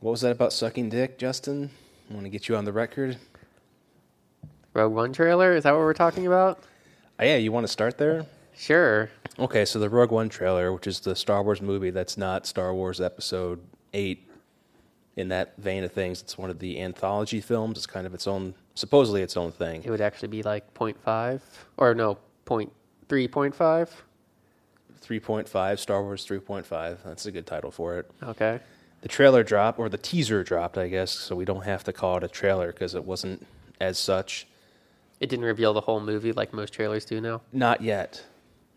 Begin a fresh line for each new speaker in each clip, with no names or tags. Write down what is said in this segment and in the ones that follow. What was that about sucking dick, Justin? I want to get you on the record.
Rogue One trailer? Is that what we're talking about?
Oh, yeah, you want to start there?
Sure.
Okay, so the Rogue One trailer, which is the Star Wars movie that's not Star Wars Episode 8, in that vein of things, it's one of the anthology films. It's kind of its own, supposedly its own
It
thing.
would actually be like 0.5 or no, 0.3.5.
3.5, Star Wars 3.5. That's a good title for it.
Okay.
The trailer dropped, or the teaser dropped, I guess, so we don't have to call it a trailer because it wasn't as such.
It didn't reveal the whole movie like most trailers do now.
Not yet.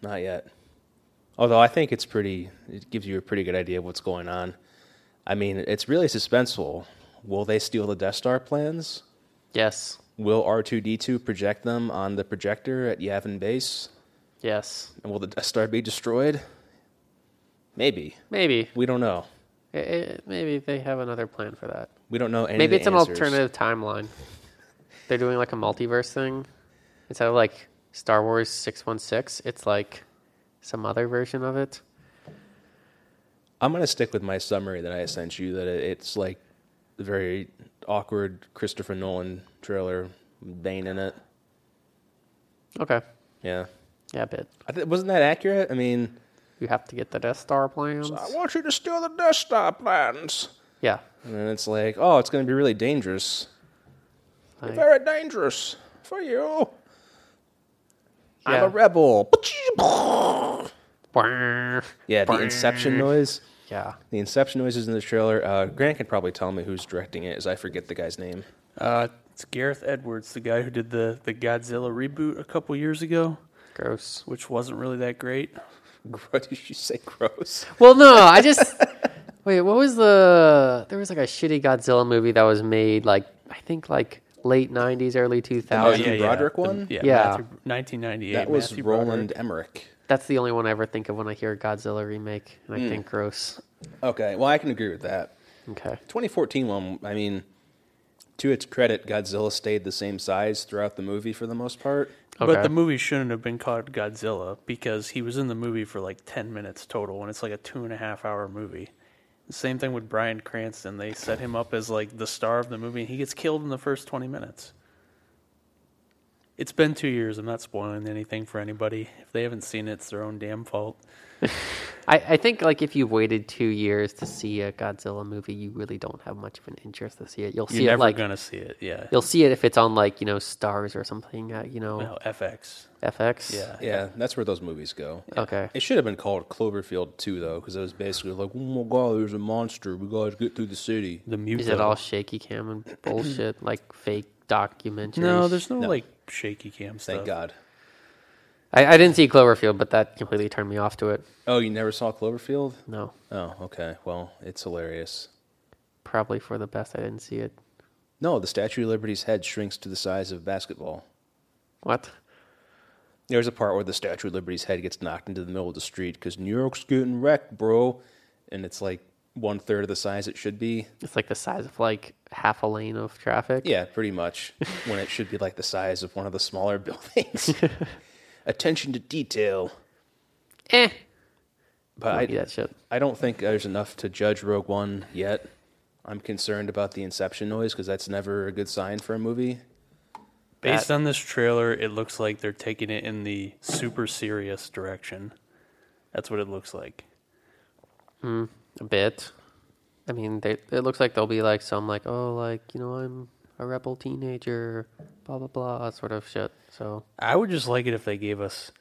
Not yet. Although I think it's pretty, it gives you a pretty good idea of what's going on. I mean, it's really suspenseful. Will they steal the Death Star plans?
Yes.
Will R2D2 project them on the projector at Yavin Base?
Yes.
And will the Death Star be destroyed? Maybe.
Maybe.
We don't know.
Eh, eh, maybe they have another plan for that.
We don't know any
Maybe
of
it's
the
an
answers.
alternative timeline. They're doing like a multiverse thing. Instead of like Star Wars 616, it's like some other version of it.
I'm going to stick with my summary that I sent you that it- it's like the very awkward Christopher Nolan trailer, Bane in it.
Okay.
Yeah.
Yeah, a bit.
I th- wasn't that accurate? I mean,
You have to get the Death Star plans.
want you to steal the Death Star plans.
Yeah.
And then it's like, oh, it's going to be really dangerous.
Like-
Very dangerous for you. I'm
Yeah.
a rebel.
Brrr.
Yeah, the Inception noise.
Yeah.
The Inception noises in the trailer. Uh, Grant can probably tell me who's directing it, as I forget the guy's name.
Uh, it's Gareth Edwards, the guy who did the, the Godzilla reboot a couple years ago,
Gross.
which wasn't really that great.
What did you say? Gross.
Well, no, I just wait. What was the? There was like a shitty Godzilla movie that was made like I think like late '90s, early 2000s.
Oh, Matthew Broderick one?
The- yeah,
Yeah.
Matthew- 1998.
That was
Matthew Broderick.
Roland Emmerich.
That's the only one I ever think of when I hear Godzilla remake, and
Hmm.
I think gross.
Okay, well, I can agree with that.
Okay.
2014 one, I mean, to its credit, Godzilla stayed the same size throughout the movie for the most part.
Okay.
But the movie shouldn't have been called Godzilla because he was in the movie for like 10 minutes total, and it's like a two and a half hour movie. The same thing with Brian Cranston. They set him up as like the star of the movie, and he gets killed in the first 20 minutes. It's been two years. I'm not spoiling anything for anybody. If they haven't seen it, it's their own damn fault.
I, I think like if you waited two years to see a Godzilla movie, you really don't have much of an interest to see it. You'll see it
You're never
like
going to see it. Yeah.
you'll see it if it's on like you know Stars or something at you know
No, FX.
FX.
Yeah.
Yeah, that's where those movies go.
Okay.
It should have been called Cloverfield 2, though, because it was basically like, oh my god, there's a monster. We gotta get through the city.
The
Is
music.
it all shaky cam and bullshit like fake documentary?
No, there's no,
No.
like shaky cam stuff.
Thank God.
I, I didn't see Cloverfield, but that completely turned me off to it.
Oh, you never saw Cloverfield?
No,
Oh, okay. Well, it's hilarious.
probably for the best. I didn't see it.
No, the Statue of Liberty's head shrinks to the size of a basketball.
What?
There's a part where the Statue of Liberty's head gets knocked into the middle of the street because New York's getting wrecked, bro. And it's like one third of the size it should be.
It's like the size of like half a lane of traffic.
Yeah, pretty much. when it should be like the size of one of the smaller buildings. Attention to detail.
Eh.
But
I
I,
do that shit.
I don't think there's enough to judge Rogue One yet. I'm concerned about the Inception noise because that's never a good sign for a movie.
Based
That-
on this trailer, it looks like they're taking it in the super serious direction. That's what it looks like.
A bit. I mean, they, it looks like there'll be like some like oh like you know I'm a rebel teenager, blah blah blah sort of shit. So
I would just like it if they gave us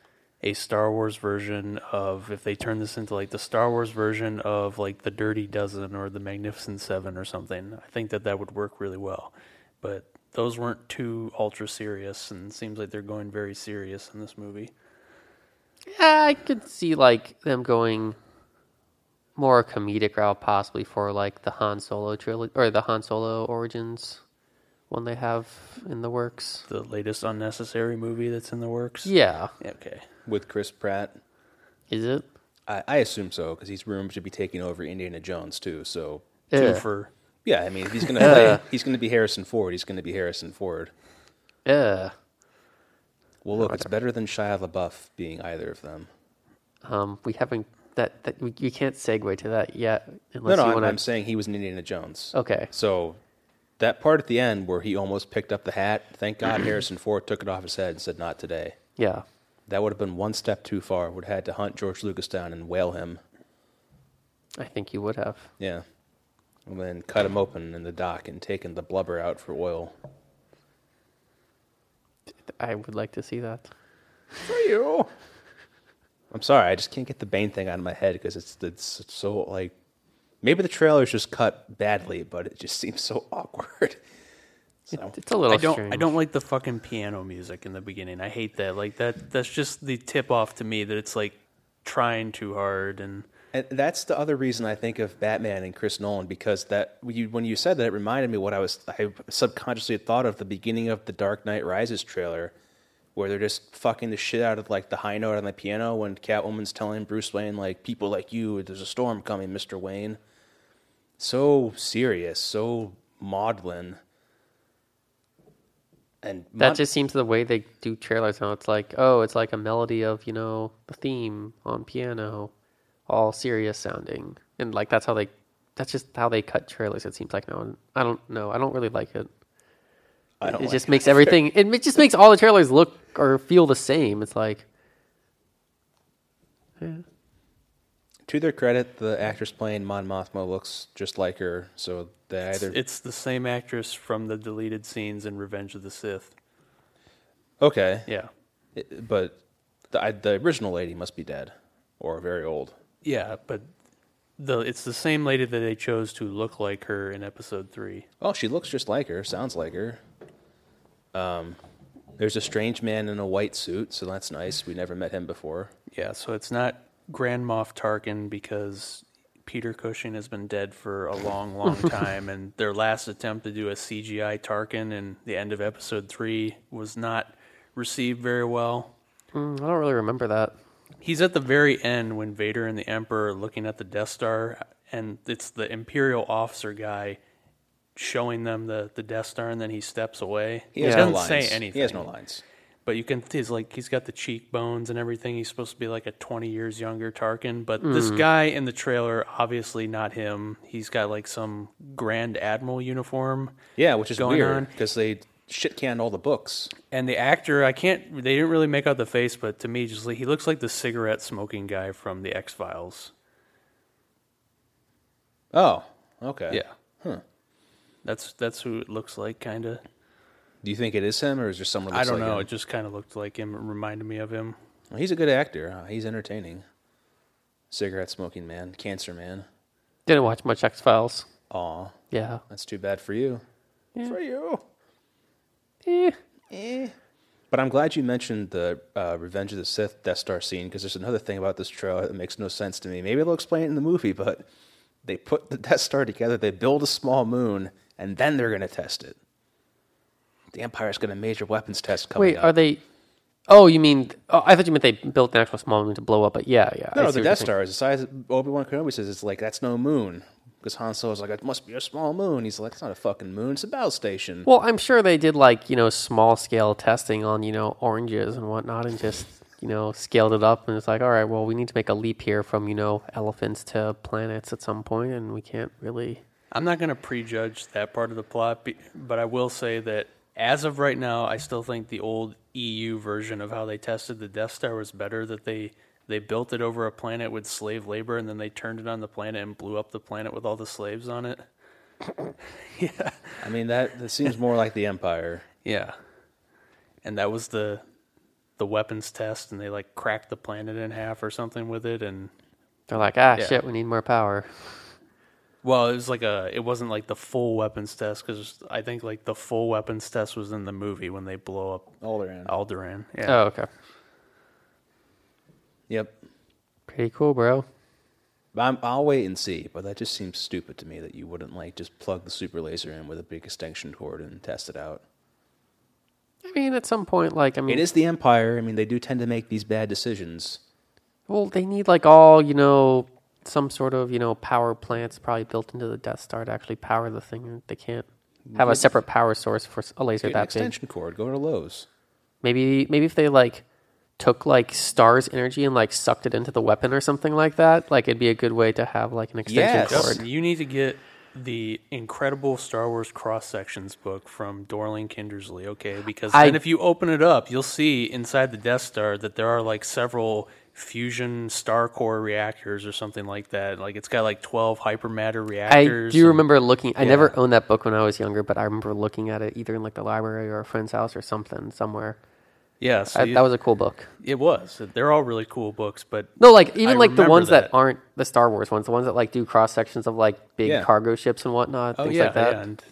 a Star Wars version of if they turned this into like the Star Wars version of like the Dirty Dozen or the Magnificent Seven or something. I think that that would work really well. But those weren't too ultra serious, and it seems like they're going very serious in this movie.
yeah, I could see like them going more comedic route possibly for like the Han Solo trilogy or the Han Solo origins one they have in the works.
The latest unnecessary movie that's in the works.
Yeah,
Okay.
With Chris Pratt,
is it?
I, I assume so because he's rumored to be taking over Indiana Jones too. So
Yeah.
Two for
yeah, I mean if he's gonna play, he's gonna be Harrison Ford. He's gonna be Harrison Ford.
Yeah.
Well, look, it's better than Shia LaBeouf being either of them.
Um, we haven't that, that we- you can't segue to that yet
No,
unless
no,
you
I'm,
want
I'm
to.
saying he was an Indiana Jones.
Okay,
So that part at the end where he almost picked up the hat, thank God Harrison Ford took it off his head and said, not today.
yeah,
That would have been one step too far. Would have had to hunt George Lucas down and whale him.
I think you would have.
Yeah. And then cut him open in the dock and taken the blubber out for oil.
I would like to see that.
For you. I'm sorry, I just can't get the Bane thing out of my head because it's, it's so like. Maybe the trailer's just cut badly, but it just seems so awkward. So,
It's a little
I don't.
strange.
I don't like the fucking piano music in the beginning. I hate that. Like that. That's just the tip off to me that it's like trying too hard and
and that's the other reason I think of Batman and Chris Nolan because that when you, when you said that, it reminded me what I was I subconsciously had thought of the beginning of the Dark Knight Rises trailer, where they're just fucking the shit out of like the high note on the piano when Catwoman's telling Bruce Wayne like people like you, there's a storm coming, Mister Wayne. So serious, so maudlin. And
That
Mon-
just seems the way they do trailers now. It's like, oh, it's like a melody of, you know, the theme on piano, all serious sounding. And like that's how they that's just how they cut trailers, it seems like now. And I don't know. I don't really like it.
I don't
it
like
just makes everything it, it just makes all the trailers look or feel the same. It's like
To their credit, the actress playing Mon Mothma looks just like her, so they either
it's the same actress from the deleted scenes in Revenge of the Sith.
okay,
Yeah.
It- but the I, the original lady must be dead or very old.
Yeah, but the it's the same lady that they chose to look like her in episode three.
Oh, she looks just like her. Sounds like her. Um, there's a strange man in a white suit, so that's nice. We never met him before.
Yeah, so it's not Grand Moff Tarkin because Peter Cushing has been dead for a long, long time, and their last attempt to do a CGI Tarkin in the end of episode three was not received very well.
mm, I don't really remember that.
He's at the very end when Vader and the Emperor are looking at the Death Star, and it's the Imperial officer guy showing them the, the Death Star, and then he steps away.
He has
he
no
doesn't
lines.
say anything.
He has no lines.
But you can, he's like, he's got the cheekbones and everything. He's supposed to be like a 20 years younger Tarkin. But this
Mm.
guy in the trailer, obviously not him. He's got like some Grand Admiral uniform.
Yeah, which is
Going
weird
on.
because they shit canned all the books.
And the actor, I can't, they didn't really make out the face, but to me, just like, he looks like the cigarette smoking guy from The X Files.
Oh, okay.
Yeah. Huh. That's, that's who it looks like, kind of.
Do you think it is him or is there someone?
I
Looks
don't
like
know.
him?
It just kind of looked like him. It reminded me of him.
Well, he's a good actor. Uh, He's entertaining. Cigarette smoking man, cancer man.
Didn't watch much X Files.
Aw,
Yeah.
that's too bad for you. For you.
Eh.
But I'm glad you mentioned the uh, Revenge of the Sith Death Star scene because there's another thing about this trailer that makes no sense to me. Maybe they'll explain it in the movie, but they put the Death Star together, they build a small moon, and then they're going to test it. The Empire's got a major weapons test coming
Wait,
up.
are they Oh, you mean? Oh, I thought you meant they built an actual small moon to blow up. But yeah, yeah.
No,
I see
the
what you're
Death
saying.
Star is the size of Obi Wan Kenobi says it's like that's no moon because Han Solo's like it must be a small moon. He's like it's not a fucking moon, it's a battle station.
Well, I'm sure they did like you know small scale testing on you know oranges and whatnot, and just you know scaled it up, and it's like, all right, well, we need to make a leap here from you know elephants to planets at some point, and we can't really.
I'm not going to prejudge that part of the plot, be- but I will say that as of right now, I still think the old EU version of how they tested the Death Star was better. That they they built it over a planet with slave labor, and then they turned it on the planet and blew up the planet with all the slaves on it.
I mean that that seems more like the Empire.
Yeah, and that was the the weapons test, and they like cracked the planet in half or something with it, and
They're like, ah,
Yeah.
shit, we need more power.
Well, it was like a. It wasn't like the full weapons test because I think like the full weapons test was in the movie when they blow up
Alderaan.
Alderaan. Yeah.
Oh, okay,
Yep.
pretty cool, bro.
I'm, I'll wait and see, but that just seems stupid to me that you wouldn't like just plug the super laser in with a big extension cord and test it out.
I mean, at some point, like, I mean,
It is the Empire. I mean, they do tend to make these bad decisions.
well, they need like all you know some sort of you know power plants probably built into the Death Star to actually power the thing. They can't have a separate power source for s- a
Get
laser
an
that big.
extension cord. Go to Lowe's.
Maybe maybe if they like took like Star's energy and like sucked it into the weapon or something like that, like it'd be a good way to have like an extension
Yes.
cord.
Justin, you need to get the incredible Star Wars cross sections book from Dorling Kindersley, okay? Because
I-
then if you open it up, you'll see inside the Death Star that there are like several fusion star core reactors or something like that. Like it's got like 12 hypermatter
I
reactors.
do remember looking. I never
Yeah.
owned that book when I was younger, but I remember looking at it either in like the library or a friend's house or something somewhere.
Yeah, so
I,
you-
that was a cool book.
it was. They're all really cool books, but
No, like even like the
remember
ones that.
that.
aren't the Star Wars ones, the ones that like do cross sections of like big
Yeah.
cargo ships and whatnot, things like that.
Oh, and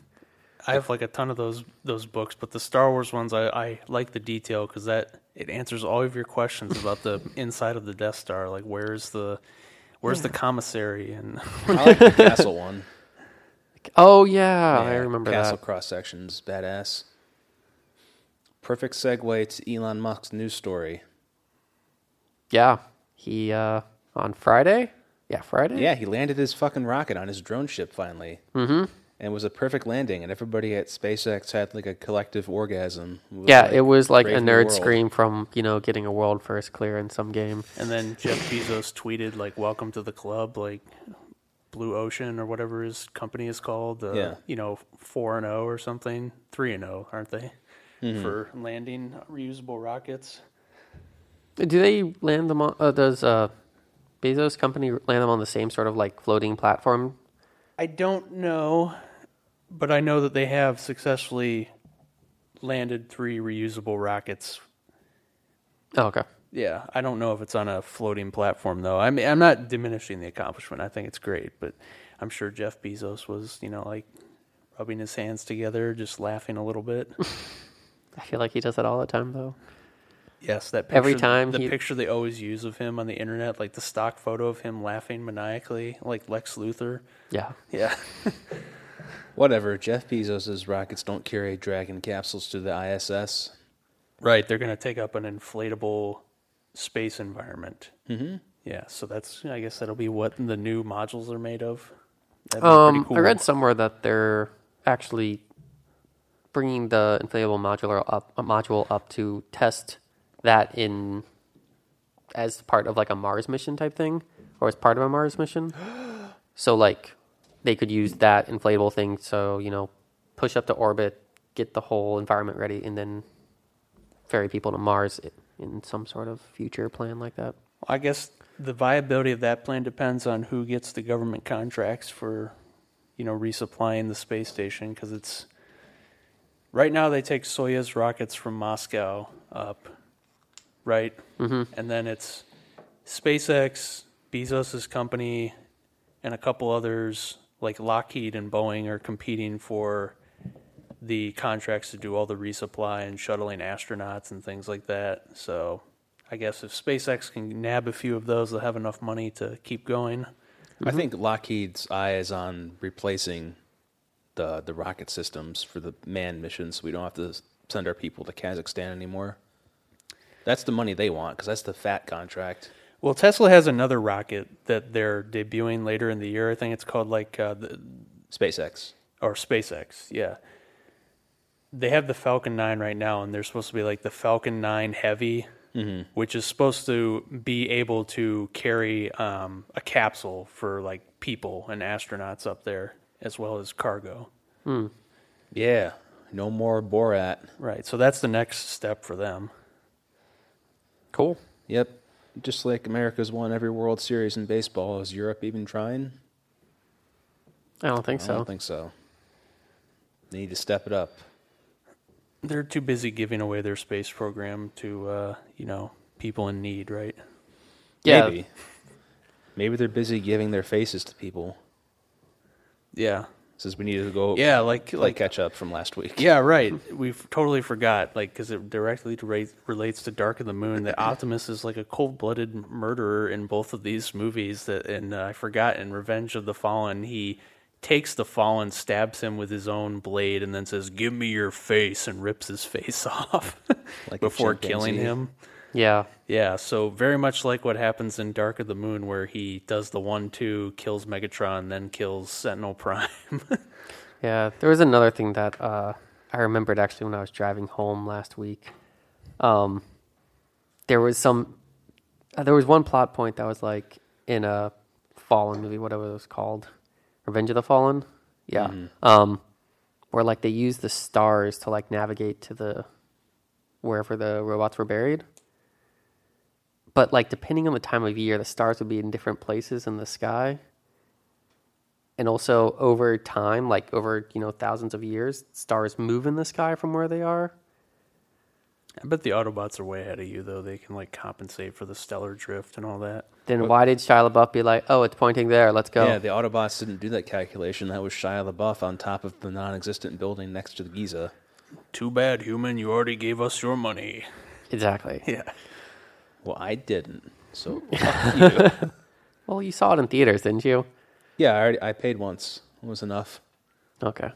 I have like a ton of those those books, but the Star Wars ones I, I like the detail because that it answers all of your questions about the inside of the Death Star, like where's the where's the commissary and
I like the castle one.
Oh yeah, I remember
castle
that.
cross sections, badass. Perfect segue to Elon Musk's news story.
Yeah, he uh on Friday. Yeah, Friday.
Yeah, he landed his fucking rocket on his drone ship finally. Mm-hmm. And it was a perfect landing, and everybody at SpaceX had like a collective orgasm. was,
Yeah, it was like a
brave new
nerd
world.
scream from you know getting a world first clear in some game.
and then Jeff Bezos tweeted like welcome to the club, like Blue Ocean or whatever his company is called, uh,
Yeah.
you know four and zero or something, three and zero, aren't they?
Mm-hmm.
For landing reusable rockets.
Do they land them on? Uh, does uh, Bezos' company land them on the same sort of like floating platform?
I don't know, but I know that they have successfully landed three reusable rockets.
Oh, okay.
Yeah, I don't know if it's on a floating platform though. I mean, I'm not diminishing the accomplishment. I think it's great, but I'm sure Jeff Bezos was, you know, like rubbing his hands together, just laughing a little bit.
I feel like he does that all the time though.
yes, that picture,
Every time
the
he-
picture they always use of him on the internet, like the stock photo of him laughing maniacally, like Lex Luthor.
Yeah.
Yeah.
Whatever. Jeff Bezos's rockets don't carry Dragon capsules to the ISS.
Right, they're going to take up an inflatable space environment. Mm-hmm. Yeah, so that's I guess that'll be what the new modules are made of. That'd be
Um,
pretty
I read somewhere that they're actually bringing the inflatable modular up uh, module up to test that in as part of like a Mars mission type thing, or as part of a Mars mission. so like they could use that inflatable thing, so you know, push up to orbit, get the whole environment ready, and then ferry people to Mars i- in some sort of future plan like that.
I guess the viability of that plan depends on who gets the government contracts for, you know, resupplying the space station because it's right now they take Soyuz rockets from Moscow up, right, mm-hmm. and then it's SpaceX, Bezos's company, and a couple others like Lockheed and Boeing are competing for the contracts to do all the resupply and shuttling astronauts and things like that. So I guess if SpaceX can nab a few of those, they'll have enough money to keep going.
I
Mm-hmm.
think Lockheed's eye is on replacing the the rocket systems for the manned missions. So we don't have to send our people to Kazakhstan anymore. That's the money they want because that's the fat contract.
Well, Tesla has another rocket that they're debuting later in the year. I think it's called like uh, the,
SpaceX.
or SpaceX, yeah. They have the Falcon 9 right now, and they're supposed to be like the Falcon 9 Heavy, which is supposed to be able to carry um, a capsule for like people and astronauts up there, as well as cargo.
Yeah. No more Borat.
Right. So that's the next step for them.
Cool.
Yep. Just like America's won every World Series in baseball, is Europe even trying?
I don't think
I
so.
don't think so. They need to step it up.
They're too busy giving away their space program to, uh, you know, people in need, right?
yeah,
Maybe. Maybe they're busy giving their faces to people.
Yeah.
Since we needed to go
Yeah. Like,
play
like,
catch up from last week.
Yeah, right.
Hmm.
We have totally forgot, like, because it directly re- relates to Dark of the Moon. That Optimus is like a cold-blooded murderer in both of these movies. That and uh, I forgot in Revenge of the Fallen, he takes the Fallen, stabs him with his own blade, and then says, "Give me your face," and rips his face off
Like a
before killing
chimpanzee.
him.
yeah.
Yeah, so very much like what happens in Dark of the Moon, where he does the one-two, kills Megatron, then kills Sentinel Prime.
Yeah, there was another thing that uh, I remembered actually when I was driving home last week. Um, there was some uh, there was one plot point that was like in a fallen movie whatever it was called revenge of the fallen yeah um where like they used the stars to like navigate to the wherever the robots were buried but like depending on the time of year the stars would be in different places in the sky and also over time like over you know thousands of years stars move in the sky from where they are
I bet the Autobots are way ahead of you though. They can like compensate for the stellar drift and all that.
Then why did Shia LaBeouf be like, "Oh, it's pointing there. Let's go."
Yeah, the Autobots didn't do that calculation. That was Shia LaBeouf on top of the non-existent building next to the Giza.
Too bad, human. You already gave us your money.
exactly.
Yeah.
Well, I didn't. So
Well, you saw it in theaters, didn't you?
yeah, I, already, I paid once. It was enough.
Okay.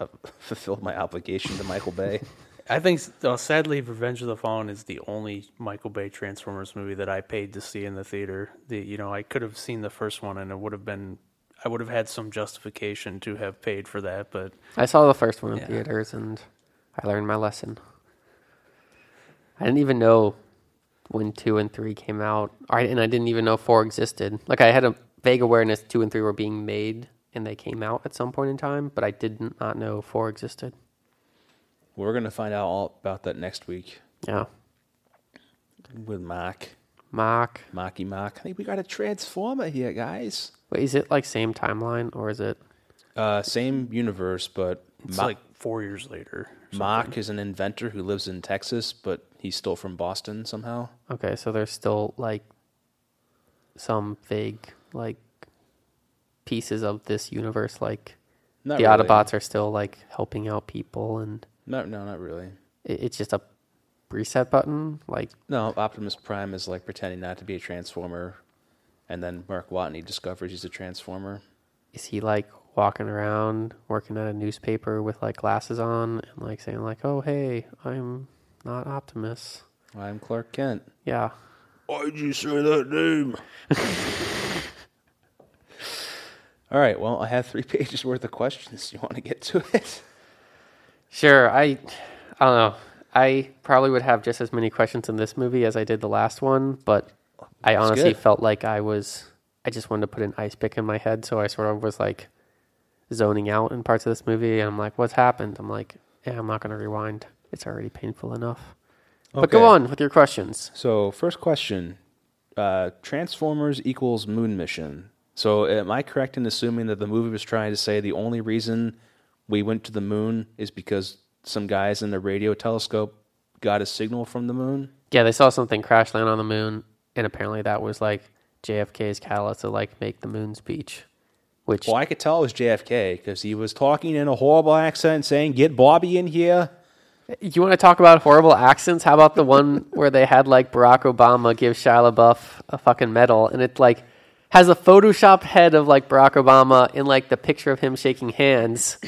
I fulfilled my obligation to Michael Bay.
I think, uh, sadly, Revenge of the Fallen is the only Michael Bay Transformers movie that I paid to see in the theater. The you know I could have seen the first one and it would have been I would have had some justification to have paid for that, but
I saw the first one in
Yeah.
theaters, and I learned my lesson. I didn't even know when two and three came out, I, and I didn't even know four existed. Like I had a vague awareness two and three were being made, and they came out at some point in time, but I did not know four existed.
We're gonna find out all about that next week
Yeah,
with Mark.
Mark.
Mocky Mock. Hey, we got a Transformer here, guys.
Wait, is it like same timeline or is it?
Uh, same universe, but
it's
Mo-
like four years later.
Mock is an inventor who lives in Texas, but he's still from Boston somehow.
Okay, so there's still like some vague like pieces of this universe. Like
Not
the
really.
Autobots are still like helping out people, and
No, no, not really.
it, it's just a reset button. Like
No, Optimus Prime is like pretending not to be a Transformer, and then Mark Watney discovers he's a Transformer.
is he like walking around working at a newspaper with like glasses on and like saying like, "Oh hey, I'm not Optimus."
Why, I'm Clark Kent.
Yeah,
Why'd you say that name? All right. Well, I have three pages worth of questions. You want to get to it?
Sure. I, I don't know. I probably would have just as many questions in this movie as I did the last one, but I honestly
good.
felt like I was. I just wanted to put an ice pick in my head, so I sort of was like zoning out in parts of this movie, and I'm like, "What's happened?" I'm like, "Yeah, I'm not going to rewind. It's already painful enough." But go
Okay.
on with your questions.
So, first question uh, Transformers equals moon mission. So, am I correct in assuming that the movie was trying to say the only reason we went to the moon is because some guys in a radio telescope got a signal from the moon?
Yeah, they saw something crash land on the moon, and apparently that was like JFK's catalyst to like make the moon speech, which
Well, I could tell it was JFK because he was talking in a horrible accent saying, Get Bobby in here.
You want to talk about horrible accents? How about the one where they had like Barack Obama give Shia LaBeouf a fucking medal, and it like has a photoshopped head of like Barack Obama in like the picture of him shaking hands,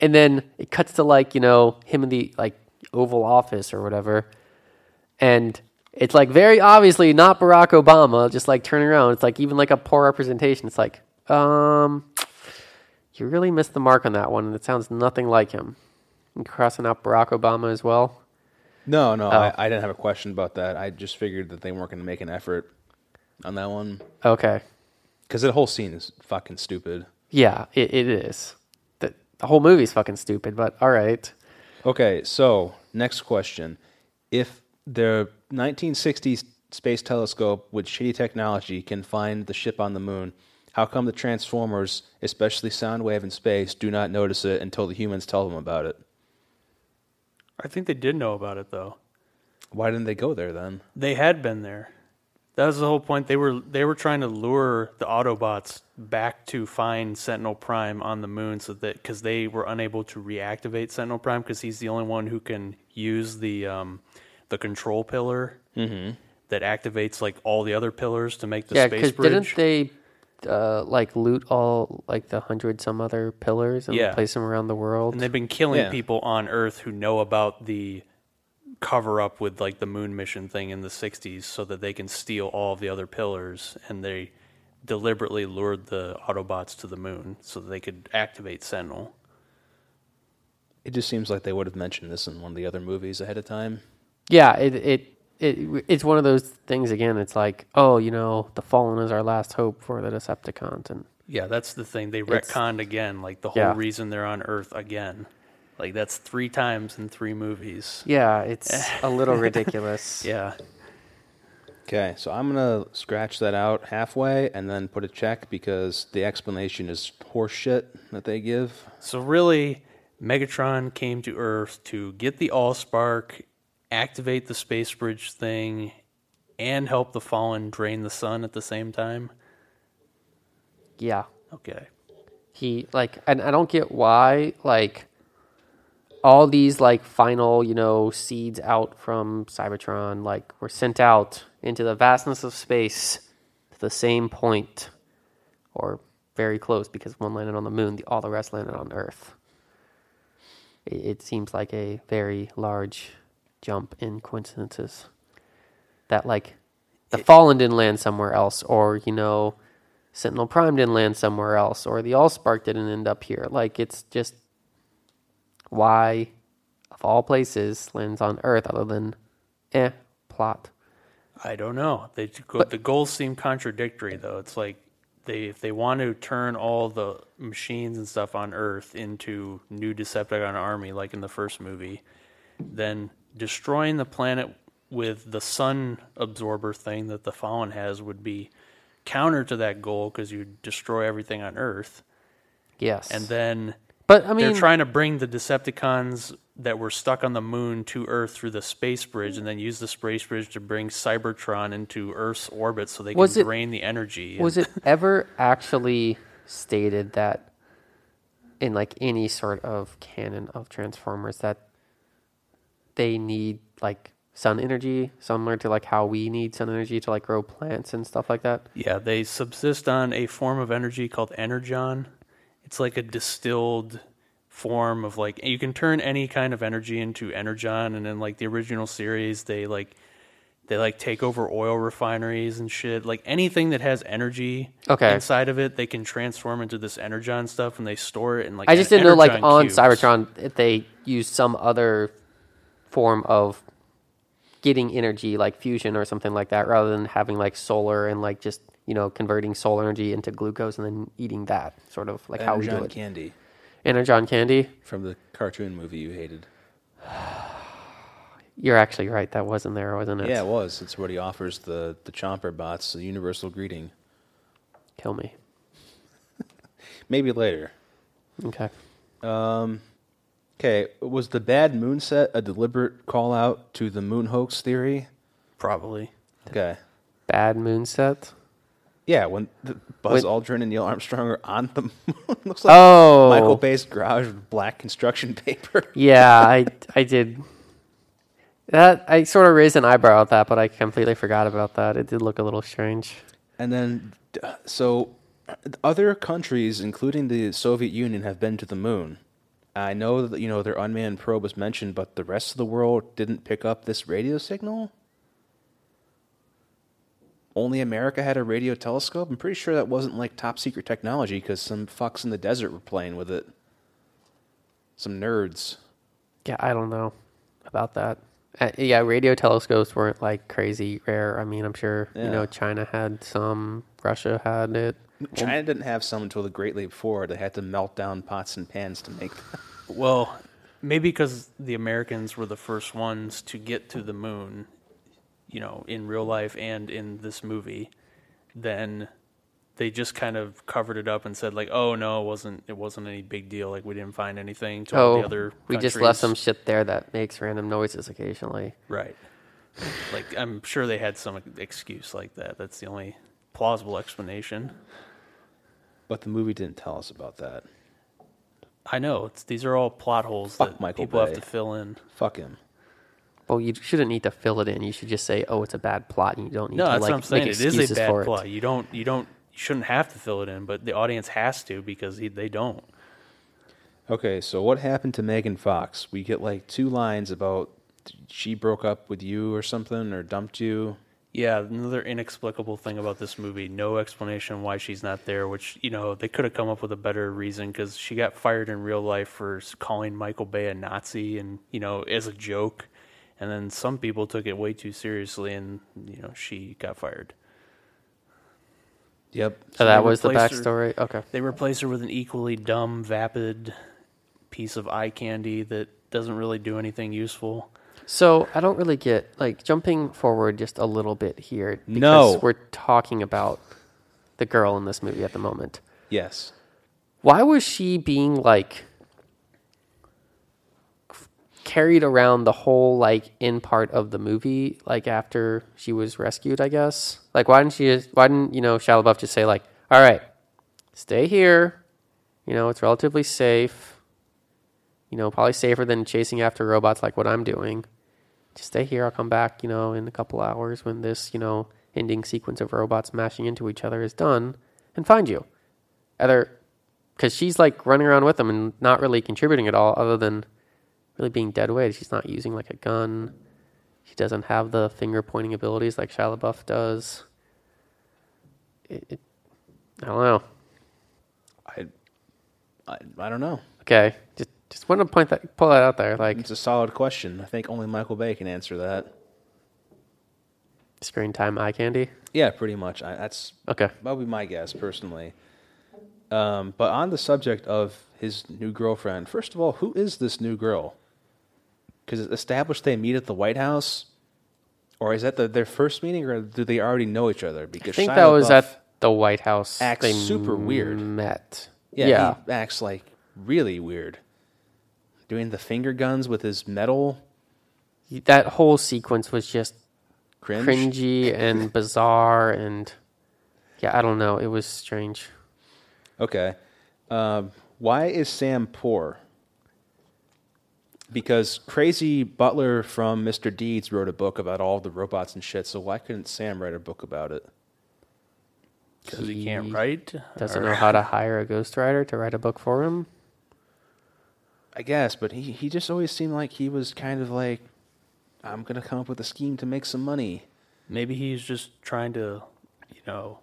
and then it cuts to like you know him in the like Oval Office or whatever, and it's like very obviously not Barack Obama. Just like turning around, it's like even like a poor representation. It's like, um, you really missed the mark on that one, and it sounds nothing like him. And crossing out Barack Obama as well.
No, no, I, I didn't have a question about that. I just figured that they weren't going to make an effort on that one
Okay.
because the whole scene is fucking stupid.
Yeah, it, it is. The, the whole movie's fucking stupid, but all right.
Okay, so next question. If the 1960s space telescope with shitty technology can find the ship on the moon, how come the Transformers, especially Soundwave in space, do not notice it until the humans tell them about it?
I think they did know about it though.
Why didn't they go there then?
They had been there. That was the whole point. They were they were trying to lure the Autobots back to find Sentinel Prime on the moon, so that because they were unable to reactivate Sentinel Prime because he's the only one who can use the um, the control pillar that activates like all the other pillars to make the
Mm-hmm. yeah,
space
because
bridge.
didn't they uh, like loot all like the hundred some other pillars and
Yeah.
place them around the world?
And they've been killing
Yeah.
people on Earth who know about the cover up with like the moon mission thing in the 60s so that they can steal all of the other pillars. And they deliberately lured the Autobots to the moon so that they could activate Sentinel.
It just seems like they would have mentioned this in one of the other movies ahead of time.
yeah, it it it, it's one of those things again. It's like, oh, you know, the Fallen is our last hope for the Decepticons, and
Yeah, that's the thing. They
It's-
retconned again, like the whole
Yeah.
reason they're on Earth again. Like that's three times in three movies.
yeah, it's a little ridiculous.
Yeah.
Okay, so I'm gonna scratch that out halfway and then put a check because the explanation is horseshit that they give.
So really, Megatron came to Earth to get the Allspark, activate the space bridge thing, and help the Fallen drain the sun at the same time.
yeah.
Okay.
He like, and I don't get why like all these like final you know seeds out from Cybertron like were sent out into the vastness of space to the same point or very close because one landed on the moon, the, all the rest landed on Earth. It, it seems like a very large jump in coincidences. That like the Fallen didn't land somewhere else, or you know, Sentinel Prime didn't land somewhere else, or the Allspark didn't end up here. Like it's just why, of all places, lands on Earth other than eh plot.
I don't know. They go, the goals seem contradictory though. It's like they if they want to turn all the machines and stuff on Earth into new Decepticon army, like in the first movie, then destroying the planet with the sun absorber thing that the Fallen has would be counter to that goal because you destroy everything on Earth,
Yes,
and then
but I mean,
they're trying to bring the Decepticons that were stuck on the moon to Earth through the space bridge, and then use the space bridge to bring Cybertron into Earth's orbit so they can
Was it-
drain the energy.
was it ever actually stated that in like any sort of canon of transformers that they need like sun energy similar to like how we need sun energy to like grow plants and stuff like that
yeah, they subsist on a form of energy called energon. It's like a distilled form of like you can turn any kind of energy into energon, and in like the original series, they like they like take over oil refineries and shit. Like anything that has energy
Okay.
inside of it, they can transform into this energon stuff, and they store it in like
i just
en-
didn't know like
energon
on
cubes.
cybertron if they used some other form of getting energy like fusion or something like that rather than having like solar and like just you know converting solar energy into glucose and then eating that sort of like how we do
Energon
it
candy
energon candy
from the cartoon movie you hated.
You're actually right. That wasn't there, wasn't it?
Yeah, it was. It's what he offers the the Chomper bots, a universal greeting.
Kill me.
Maybe later.
Okay.
Okay, was the bad moonset a deliberate call out to the moon hoax theory?
Probably.
Okay.
Bad moonset.
Yeah, when the Buzz
Wait.
Aldrin and Neil Armstrong are on the moon, looks like
Oh,
Michael Bay's garage with black construction paper.
Yeah, I I did. That I sort of raised an eyebrow at that, but I completely forgot about that. It did look a little strange.
And then, d- so other countries, including the Soviet Union, have been to the moon. I know that you know their unmanned probe was mentioned, but the rest of the world didn't pick up this radio signal. Only America had a radio telescope. I'm pretty sure that wasn't like top secret technology because some fucks in the desert were playing with it. Some nerds.
Yeah, I don't know about that. Uh, yeah, radio telescopes weren't like crazy rare. I mean, I'm sure you
Yeah.
know China had some, Russia had it.
China didn't have some until the Great Leap Forward. They had to melt down pots and pans to make them.
Well, maybe because the Americans were the first ones to get to the moon, you know, in real life and in this movie, then they just kind of covered it up and said like, "Oh no, it wasn't it wasn't any big deal. Like we didn't find anything." To all
Oh,
the other
we just left some
countries."
shit there that makes random noises occasionally.
right. like I'm sure they had some excuse like that. That's the only plausible explanation.
But the movie didn't tell us about that.
I know it's, these are all plot holes
Fuck
that
Michael
people
Bay.
have to fill in.
Fuck him.
Well, you shouldn't need to fill it in. You should just say, "Oh, it's a bad plot," and you don't need
No,
to
that's
like
what I'm saying.
make
It is
excuses
a bad
for
plot.
it.
You don't, you don't, you shouldn't have to fill it in, but the audience has to because he, they don't.
Okay, so what happened to Megan Fox? We get like two lines about she broke up with you or something or dumped you.
Yeah, another inexplicable thing about this movie. No explanation why she's not there, which, you know, they could have come up with a better reason because she got fired in real life for s- calling Michael Bay a Nazi and, you know, as a joke. and then some people took it way too seriously, and you know she got fired.
Yep.
So that was the
replaced her-
backstory. Okay.
They replace her with an equally dumb, vapid piece of eye candy that doesn't really do anything useful.
So I don't really get like jumping forward just a little bit here because
No.
we're talking about the girl in this movie at the moment.
Yes.
Why was she being like f- carried around the whole like in part of the movie like after she was rescued? I guess like why didn't she just why didn't you know Shia LaBeouf just say like all right stay here you know it's relatively safe you know, probably safer than chasing after robots like what I'm doing. Just stay here. I'll come back, you know, in a couple hours when this, you know, ending sequence of robots smashing into each other is done and find you. Either because she's like running around with them and not really contributing at all, other than really being dead weight. She's not using like a gun. She doesn't have the finger pointing abilities like Shia LaBeouf does. It, it, I don't know.
I, I I don't know.
Okay, just just want to point that pull that out there. Like
It's a solid question. I think only Michael Bay can answer that.
screen time eye candy.
Yeah, pretty much. I, that's
Okay.
that would be my guess personally. Um, but on the subject of his new girlfriend, first of all, who is this new girl? Because it's established they meet at the White House, or is that the, their first meeting, or do they already know each other? Because
I think
Shia
that was
LaBeouf-
at the White House.
acts
they
super weird.
Met.
Yeah,
Yeah.
he acts like really weird, doing the finger guns with his metal
He- that whole sequence was just
cringe.
cringy and bizarre and yeah, I don't know. It was strange.
Okay, um, why is Sam poor? Because crazy Butler from Mr. Deeds wrote a book about all the robots and shit. So why couldn't Sam write a book about it?
Because he can't write.
Doesn't
or-
know how to hire a ghostwriter to write a book for him.
I guess, but he he just always seemed like he was kind of like, I'm gonna come up with a scheme to make some money.
Maybe he's just trying to, you know,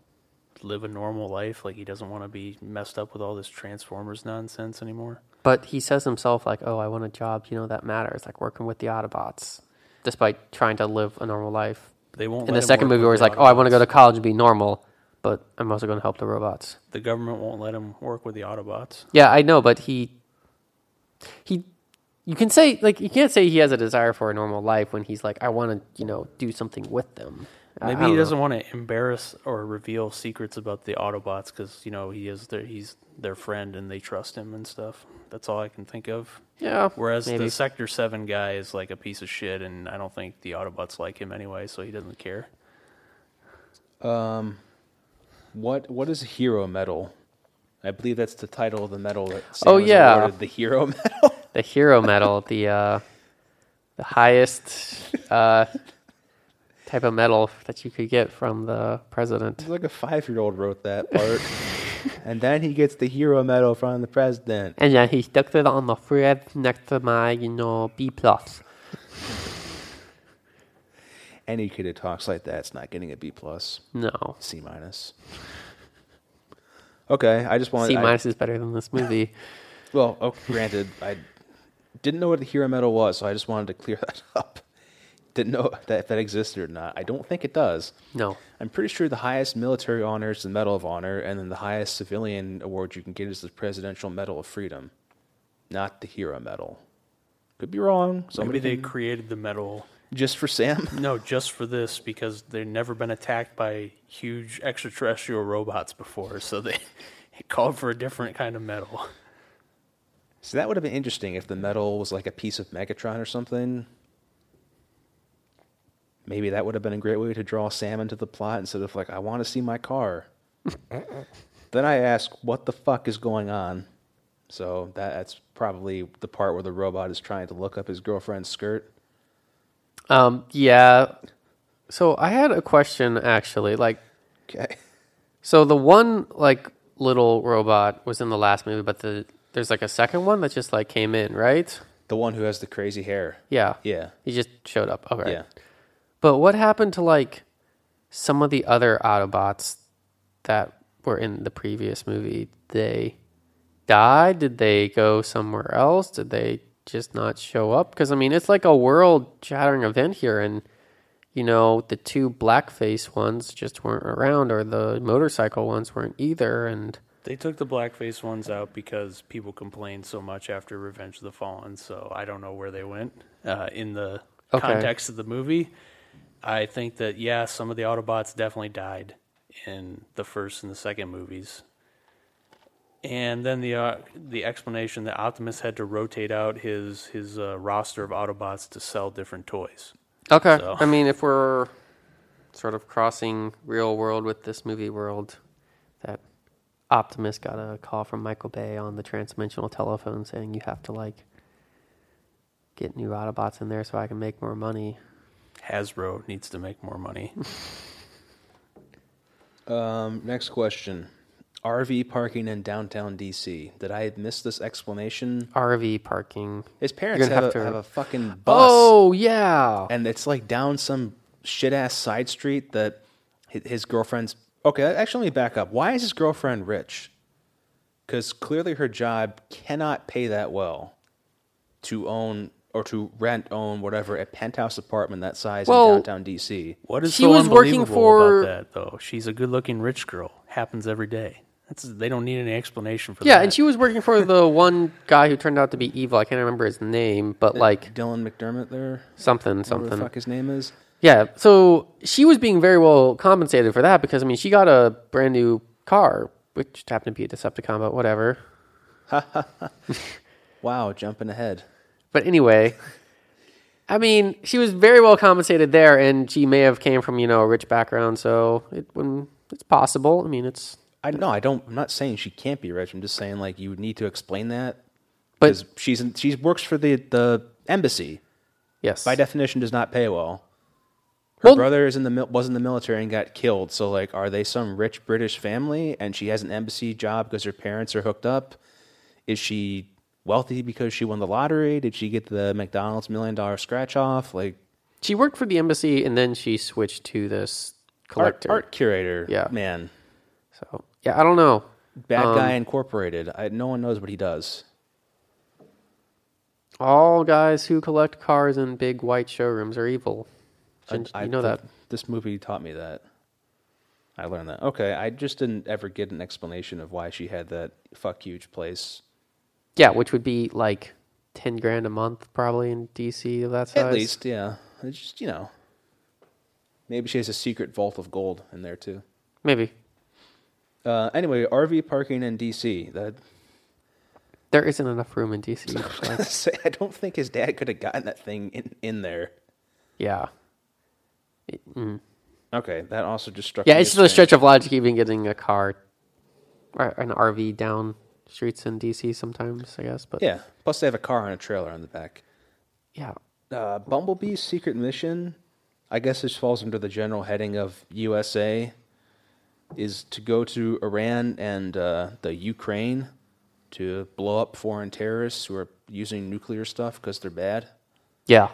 live a normal life. Like he doesn't want to be messed up with all this Transformers nonsense anymore.
But he says himself like, "Oh, I want a job, you know, that matters, like working with the Autobots." Despite trying to live a normal life.
They won't.
In
let
the
him
second
work
movie
with
where he's
the
like, "Oh, I want to go to
Autobots.
college and be normal, but I'm also going to help the robots."
The government won't let him work with the Autobots.
Yeah, I know, but he he you can say like you can't say he has a desire for a normal life when he's like I want to, you know, do something with them. I- I
Maybe
don't
he
know.
doesn't want to embarrass or reveal secrets about the Autobots because you know he is their he's their friend and they trust him and stuff. That's all I can think of.
Yeah.
Whereas
maybe.
the Sector Seven guy is like a piece of shit, and I don't think the Autobots like him anyway, so he doesn't care.
What what is a hero medal? I believe that's the title of the medal that Sam
Oh,
was
yeah.
awarded, the hero medal.
the hero medal, the uh the highest uh type of medal that you could get from the president.
It's like a five year old wrote that part. and then he gets the hero medal from the president.
And yeah, he stuck it on the thread next to my, you know, B plus.
Any kid who talks like that's not getting a B plus.
No.
C minus. Okay, I just wanted
C
I-
minus is better than this movie.
Well, oh, granted, I didn't know what the hero medal was, so I just wanted to clear that up. Didn't know that if that existed or not. I don't think it does.
No.
I'm pretty sure the highest military honor is the Medal of Honor, and then the highest civilian award you can get is the Presidential Medal of Freedom, not the Hero Medal. Could be wrong.
Maybe
Somebody
they
can-
created the medal
just for Sam.
No, just for this because they've never been attacked by huge extraterrestrial robots before, so they called for a different kind of metal.
So that would have been interesting if the medal was like a piece of Megatron or something. Maybe that would have been a great way to draw Sam into the plot instead of like, I want to see my car. then I ask, what the fuck is going on? So that, that's probably the part where the robot is trying to look up his girlfriend's skirt.
Um, yeah. So I had a question actually. Like,
Okay.
so the one like little robot was in the last movie, but the there's like a second one that just like came in, right?
The one who has the crazy hair.
Yeah.
Yeah.
He just showed up. Okay.
Yeah.
But what happened to like some of the other Autobots that were in the previous movie? They died? Did they go somewhere else? Did they just not show up? Because I mean, it's like a world-shattering event here, and you know the two blackface ones just weren't around, or the motorcycle ones weren't either, and
They took the blackface ones out because people complained so much after Revenge of the Fallen, so I don't know where they went uh, in the
Okay.
context of the movie. I think that yeah, some of the Autobots definitely died in the first and the second movies, and then the uh, the explanation that Optimus had to rotate out his his uh, roster of Autobots to sell different toys.
Okay.
So-
I mean, if we're sort of crossing real world with this movie world, that Optimus got a call from Michael Bay on the transdimensional telephone saying you have to like get new Autobots in there so I can make more money.
Hasbro needs to make more money.
Um, next question. RV parking in downtown DC. Did I miss this explanation?
RV parking.
His parents
gonna
have,
have
a,
to-
have a fucking bus.
Oh yeah.
and it's like down some shit ass side street that hi- his girlfriend's. Okay, actually, let me back up. Why is his girlfriend rich? Because clearly her job cannot pay that well to own or to rent, own whatever a penthouse apartment that size
Well-
in downtown DC.
What is
She
so
was working
unbelievable
for-
about that though? She's a good-looking rich girl. Happens every day. That's they don't need any explanation for
Yeah,
that.
and she was working for the one guy who turned out to be evil. I can't remember his name, but like
Dylan McDermott, there,
something
whatever the
something.
fuck his name is.
Yeah, so she was being very well compensated for that because I mean she got a brand new car, which happened to be a Decepticon, but whatever.
Wow, jumping ahead.
But anyway, I mean she was very well compensated there, and she may have came from you know a rich background, so it wouldn't. It's possible. I mean, it's
I no, I don't. I'm not saying she can't be rich. I'm just saying like you need to explain that.
But-
Because she's in, she works for the the embassy.
yes.
by definition does not pay well. Her
Well-
brother is in the mil- was in the military and got killed. So like, are they some rich British family? And she has an embassy job because her parents are hooked up. Is she wealthy because she won the lottery? Did she get the McDonald's million dollar scratch off? Like
she worked for the embassy, and then she switched to this
art,
collector.
art curator,
Yeah.
man,
So yeah, I don't know.
bad guy
Um,
incorporated. I, no one knows what he does.
All guys who collect cars in big white showrooms are evil. Shouldn't-
I- I
you know
think
that.
this movie taught me that. I learned that. Okay, I just didn't ever get an explanation of why she had that fuck huge place.
Yeah, which would be like ten grand a month probably in DC of that size.
At least, yeah. It's just, you know. Maybe she has a secret vault of gold in there too.
Maybe.
Uh, anyway, RV parking in DC. That,
There isn't enough room in DC. like,
say, I don't think his dad could have gotten that thing in, in there.
yeah.
Okay, that also just struck.
Yeah,
me
it's
as
still a
strange.
stretch of logic even getting a car or an RV down streets in DC sometimes, I guess. But
Yeah. Plus, they have a car and a trailer on the back.
yeah.
Uh, Bumblebee's secret mission, I guess this falls under the general heading of USA, is to go to Iran and uh, the Ukraine to blow up foreign terrorists who are using nuclear stuff because they're bad.
Yeah.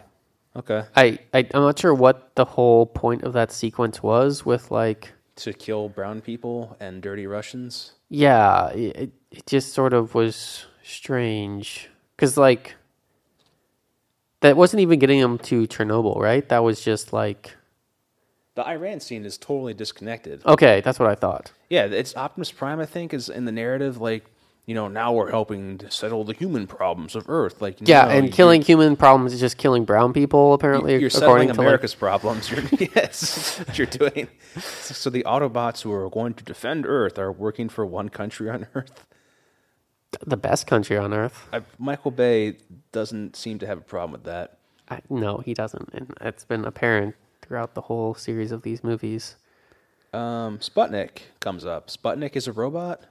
Okay.
I, I I'm not sure what the whole point of that sequence was with like
To kill brown people and dirty Russians.
yeah it, it just sort of was strange because like that wasn't even getting him to chernobyl right that was just like
The Iran scene is totally disconnected.
okay that's what i thought
Yeah, it's Optimus Prime, I think, is in the narrative, like, you know, now we're helping to settle the human problems of Earth. Like,
yeah
no,
and
you're-
killing human problems is just killing brown people apparently
You're
according
settling
to like,
America's problems. You're, yes, you're doing. So the Autobots who are going to defend Earth are working for one country on Earth.
the best country on earth
I, Michael Bay doesn't seem to have a problem with that.
I, no he doesn't and it's been apparent throughout the whole series of these movies
Um, Sputnik comes up. Sputnik is a robot.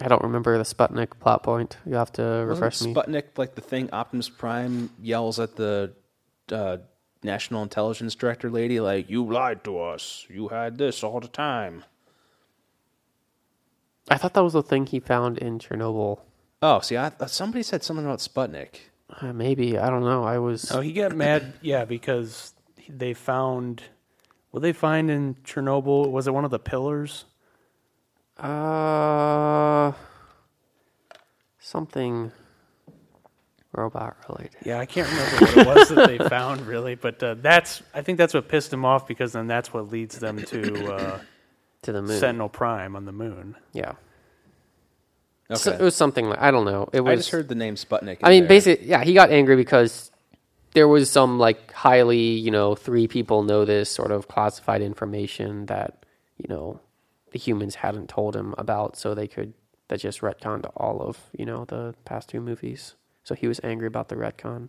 i don't remember the sputnik plot point you have to
Wasn't
refresh me
Sputnik like the thing Optimus Prime yells at the uh, National Intelligence Director lady, like, "You lied to us. You had this all the time."
i thought that was the thing he found in chernobyl
Oh, see, I, somebody said something about Sputnik.
uh, maybe i don't know i was
Oh, he got mad, yeah, because they found what they find in Chernobyl was it one of the pillars?
Uh, something. robot related.
Yeah, I can't remember what it was that they found really, but uh, that's I think that's what pissed them off because then that's what leads them to uh,
To the moon.
Sentinel Prime on the moon.
Yeah.
Okay.
So it was something like I don't know. It was
I just heard the name Sputnik. in
I mean,
there.
basically, yeah, he got angry because there was some like highly, you know, three people know this sort of classified information that you know the humans hadn't told him about, so they could that just retconned all of you know the past two movies. So he was angry about the retcon.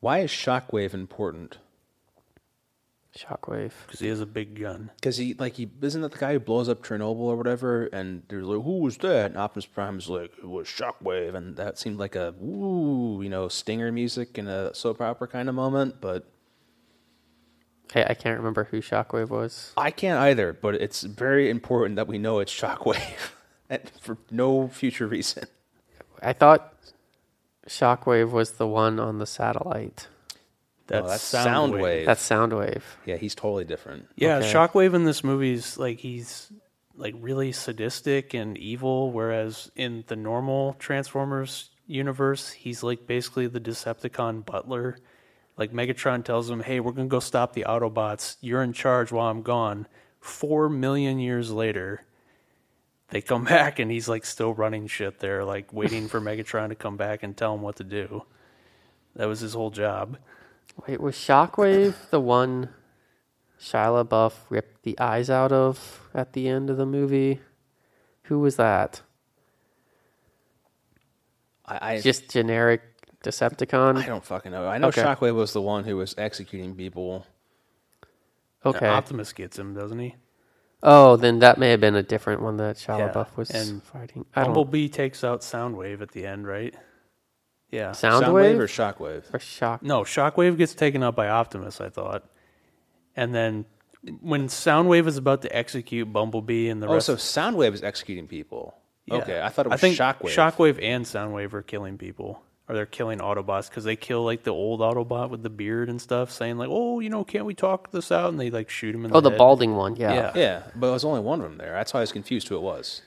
Why is Shockwave important?
Shockwave.
Because he has a big gun.
Because he like he isn't that the guy who blows up Chernobyl or whatever, and they're like, "Who was that?" And Optimus Prime is like, "It was Shockwave," and that seemed like a woo, you know, stinger music in a soap opera kind of moment. But
I, I can't remember who Shockwave was.
I can't either. But it's very important that we know it's Shockwave, and for no future reason.
I thought Shockwave was the one on the satellite.
No, Soundwave.
That's Soundwave.
yeah, he's totally different.
Yeah,
Okay.
Shockwave in this movie is like he's like really sadistic and evil, whereas in the normal Transformers universe, he's like basically the Decepticon butler. Like Megatron tells him, "Hey, we're gonna go stop the Autobots. You're in charge while I'm gone." Four million years later, they come back and he's like still running shit there, like waiting for Megatron to come back and tell him what to do. That was his whole job.
Wait, was Shockwave the one Shia LaBeouf ripped the eyes out of at the end of the movie? Who was that?
I I,
Just generic
I
Decepticon?
don't fucking know. I know
Okay.
Shockwave was the one who was executing people.
Okay.
Optimus gets him, doesn't he?
Oh, then that may have been a different one that Shia
Yeah,
LaBeouf was
and
fighting. I don't
Bumblebee takes out Soundwave at the end, right? Yeah.
Soundwave
or
or,
Shockwave?
Shock?
no, Shockwave gets taken out by Optimus, I thought. And then when Soundwave is about to execute Bumblebee and the
Oh,
rest
so Soundwave is executing people.
Yeah.
Okay, I thought it
I
was
think
Shockwave.
Shockwave and Soundwave are killing people. Or they're killing Autobots because they kill like the old Autobot with the beard and stuff, saying like, "Oh, you know, can't we talk this out?" And they like shoot him in
Oh,
the
the
head.
balding one. Yeah.
Yeah.
yeah, but it was only one of them there. That's why I was confused who it was.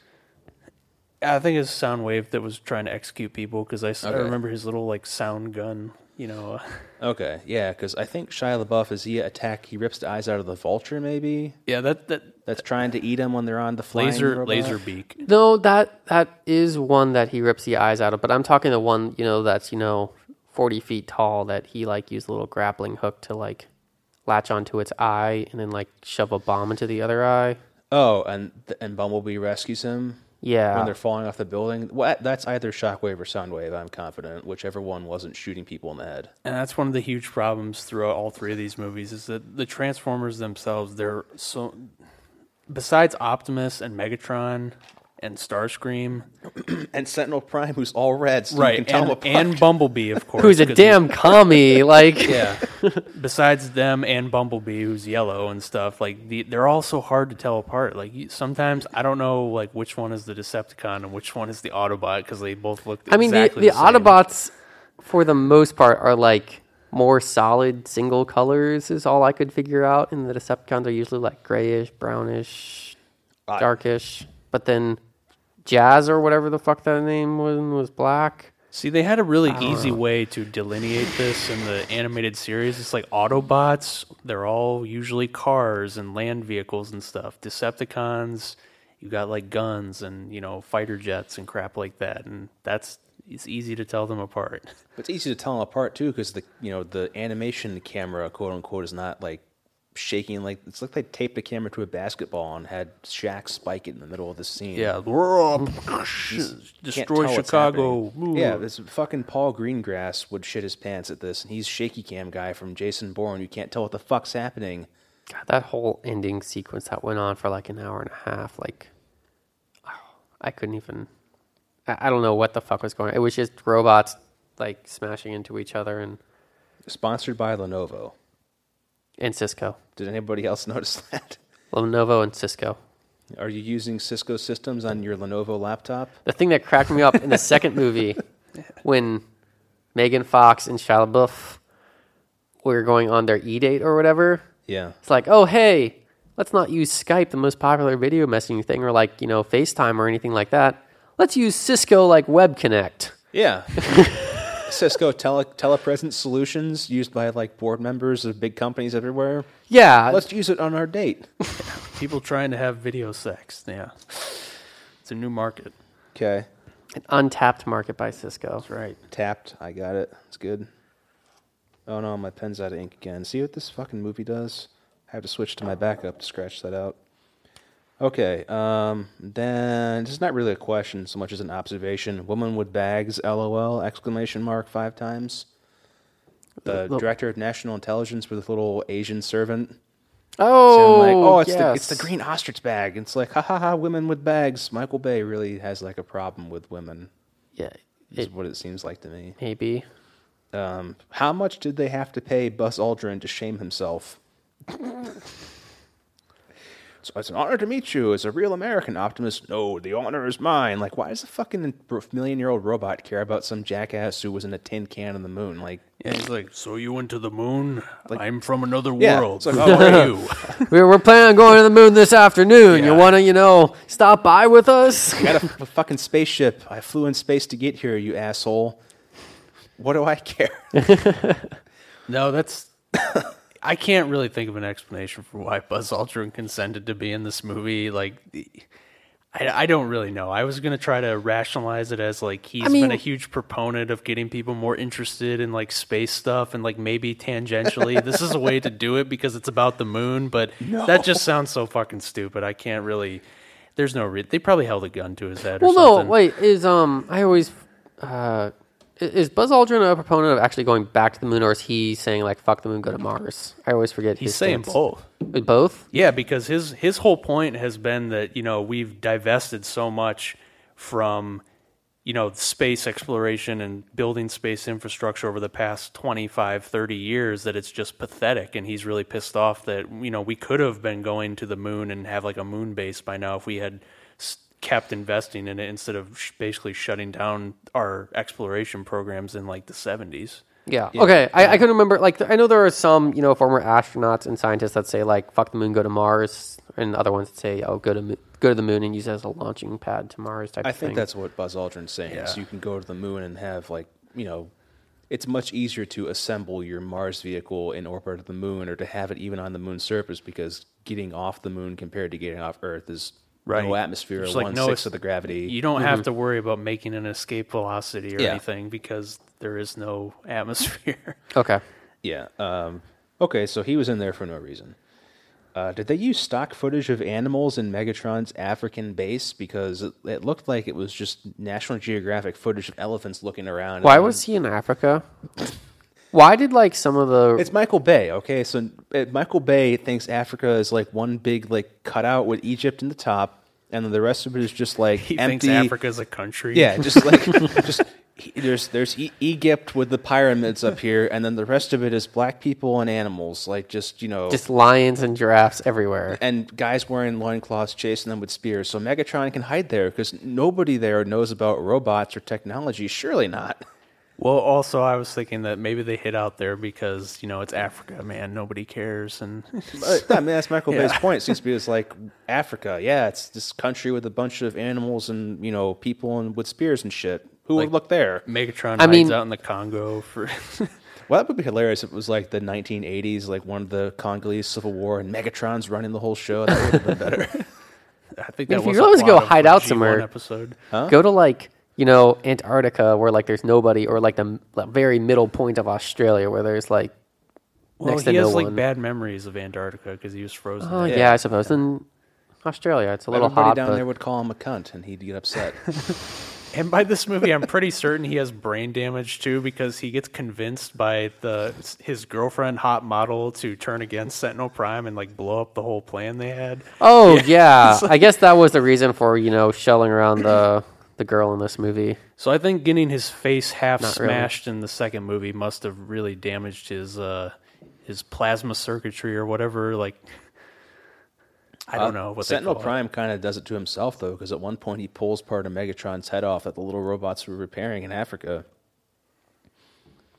I think it's Soundwave that was trying to execute people because I, s- I
Okay.
remember his little like sound gun, you know. uh,
Okay, yeah, because I think Shia LaBeouf is he attack. He rips the eyes out of the vulture, maybe
yeah, that that
that's trying to eat him when they're on the flying
laser
robot.
laser beak.
No, that that is one that he rips the eyes out of, but I'm talking the one, you know, that's, you know, 40 feet tall that he like used a little grappling hook to like latch onto its eye and then like shove a bomb into the other eye.
Oh, and and Bumblebee rescues him when
Yeah.
they're falling off the building. Well, that- that's either Shockwave or Soundwave. I'm confident whichever one wasn't shooting people in the head.
And that's one of the huge problems throughout all three of these movies is that the Transformers themselves, they're so. Besides Optimus and Megatron and Starscream,
And Sentinel Prime, who's all red, so you can tell him
and,
apart.
and Bumblebee, of course,
Who's a
'cause
damn commie like
yeah,
besides them and Bumblebee, who's yellow and stuff, like the, they're all so hard to tell apart. Like you- sometimes I don't know like which one is the Decepticon and which one is the Autobot because they both look.
I mean
exactly
the, the,
same.
Autobots for the most part are like more solid single colors is all I could figure out and the Decepticons are usually like grayish, brownish,
I-
darkish, but then Jazz or whatever the fuck that name was was black.
See, they had a really easy way to delineate this in the animated series. It's like Autobots, they're all usually cars and land vehicles and stuff. Decepticons, you got like guns and, you know, fighter jets and crap like that. And that's, it's easy to tell them apart.
It's easy to tell them apart too, because the you know the animation camera, quote unquote, is not like shaking like it's like they taped the camera to a basketball and had Shaq spike it in the middle of the scene. Can't
Destroy
tell what's
Chicago.
happening. Yeah, this fucking Paul Greengrass would shit his pants at this, and he's shaky cam guy from Jason Bourne. You can't tell what the fuck's happening.
God, that whole ending sequence that went on for like an hour and a half, like oh, I couldn't even. I, I don't know what the fuck was going. on. It was just robots like smashing into each other and
Sponsored by Lenovo.
and Cisco,
Did anybody else notice that?
Lenovo and Cisco.
Are you using Cisco systems on your Lenovo laptop?
The thing that cracked me up in the second movie when Megan Fox and Shia LaBeouf were going on their e date or whatever.
Yeah.
It's like, oh hey, let's not use Skype, the most popular video messaging thing, or like you know FaceTime or anything like that. Let's use Cisco like Web Connect.
Yeah. Cisco tele- telepresence solutions used by like board members of big companies everywhere.
Yeah,
Let's use it on our date.
People trying to have video sex. Yeah. It's a new market.
Okay.
an untapped market by Cisco.
Right.
Tapped. I got it. It's good. Oh no, my pen's out of ink again. See what this fucking movie does? I have to switch to my backup to scratch that out. Okay, um, then this is not really a question so much as an observation. Woman with bags, lol, exclamation mark, five times. The
Look.
director of national intelligence with a little Asian servant.
Oh,
saying, like, oh, it's, the,
yes.
it's the green ostrich bag. It's like, ha ha ha, women with bags. Michael Bay really has like a problem with women,
Yeah,
is
it,
what it seems like to me.
maybe.
Um, how much did they have to pay Buzz Aldrin to shame himself? so it's an honor to meet you as a real American optimist. No, the honor is mine. Like, why does a fucking million year old robot care about some jackass who was in a tin can on the moon? Like,
Yeah. He's like, so you went to the moon? I'm from another
Yeah,
world.
it's like,
Who are you?
We we're planning on going to the moon this afternoon. You
Yeah.
want to, you know, stop by with us?
I got a, f- a fucking spaceship. I flew in space to get here, you asshole. What do I care?
No, that's. I can't really think of an explanation for why Buzz Aldrin consented to be in this movie. Like, the- I, I don't really know. I was gonna try to rationalize it as like he's
mean-
been a huge proponent of getting people more interested in like space stuff and like maybe tangentially this is a way to do it because it's about the moon. But that just sounds so fucking stupid. I can't really. There's no. Re- they probably held a gun to his head.
Well,
or something.
no, wait. Is um, I always, uh, i- is Buzz Aldrin a proponent of actually going back to the moon, or is he saying like "fuck the moon, go to Mars"? I always forget.
He's
his
saying
stance.
both.
Uh, Both.
Yeah, because his his whole point has been that you know we've divested so much from you know space exploration and building space infrastructure over the past 25 30 years that it's just pathetic and he's really pissed off that you know we could have been going to the moon and have like a moon base by now if we had s- kept investing in it instead of sh- basically shutting down our exploration programs in like the 70s
Yeah. Okay. I, I can remember. Like, I know there are some, you know, former astronauts and scientists that say like "fuck the moon, go to Mars," and other ones that say "oh, go to mo- go to the moon and use it as a launching pad to Mars." Type
I
of
think
thing.
that's what Buzz Aldrin's saying. is
Yeah.
you can go to the moon and have like you know, it's much easier to assemble your Mars vehicle in orbit of the moon, or to have it even on the moon's surface, because getting off the moon compared to getting off Earth is no
Right.
atmosphere,
There's,
one
like,
sixth
no es-
of the gravity.
You don't
Mm-hmm.
have to worry about making an escape velocity or
Yeah.
anything because there is no atmosphere.
okay.
yeah. Um, okay, so he was in there for no reason. Uh, did they use stock footage of animals in Megatron's African base? Because it, it looked like it was just National Geographic footage of elephants looking around.
Why
and-
was he in Africa? Why did like some of the
It's Michael Bay, okay? So uh, Michael Bay thinks Africa is like one big like cutout with Egypt in the top, and then the rest of it is just like
He thinks
empty.
Africa's a country.
Yeah, just like just he- there's there's e- Egypt with the pyramids up here, and then the rest of it is black people and animals, like just you know,
just lions and giraffes everywhere?
and guys wearing loincloths chasing them with spears. So Megatron can hide there because nobody there knows about robots or technology. Surely not.
Well, also I was thinking that maybe they hid out there because you know it's Africa, man. Nobody cares, and
Uh, I mean, that's Michael Bay's point. It seems to be it's like Africa. Yeah, it's this country with a bunch of animals and you know people and with spears and shit. Who would look there?
Megatron
I
hides
mean-
out in the Congo for.
Well, that would be hilarious if it was like the 1980s, like one of the Congolese Civil War, and Megatron's running the whole show. That would have been better.
I think
mean, if
that
you
was the
always go
plot of
hide
the
out
G1
somewhere-
Episode.
Go to like you know Antarctica where like there's nobody, or like the m- like, very middle point of Australia where there's like
Well,
next to
he has
no
like
one.
bad memories of Antarctica because he was frozen.
oh
there.
yeah, I suppose. In Australia, it's a little
Everybody
hot.
down
but-
there would call him a cunt, and he'd get upset.
And by this movie, I'm pretty certain he has brain damage too, because he gets convinced by the his girlfriend, hot model, to turn against Sentinel Prime and like blow up the whole plan they had.
oh yeah, I guess that was the reason for you know shelling around the the girl in this movie.
So I think getting his face half
Not really.
smashed in the second movie must have really damaged his uh, his plasma circuitry or whatever. Like, I don't know what
Uh, Sentinel
they call
Prime kind of does it to himself though, because at one point he pulls part of Megatron's head off that the little robots were repairing in Africa.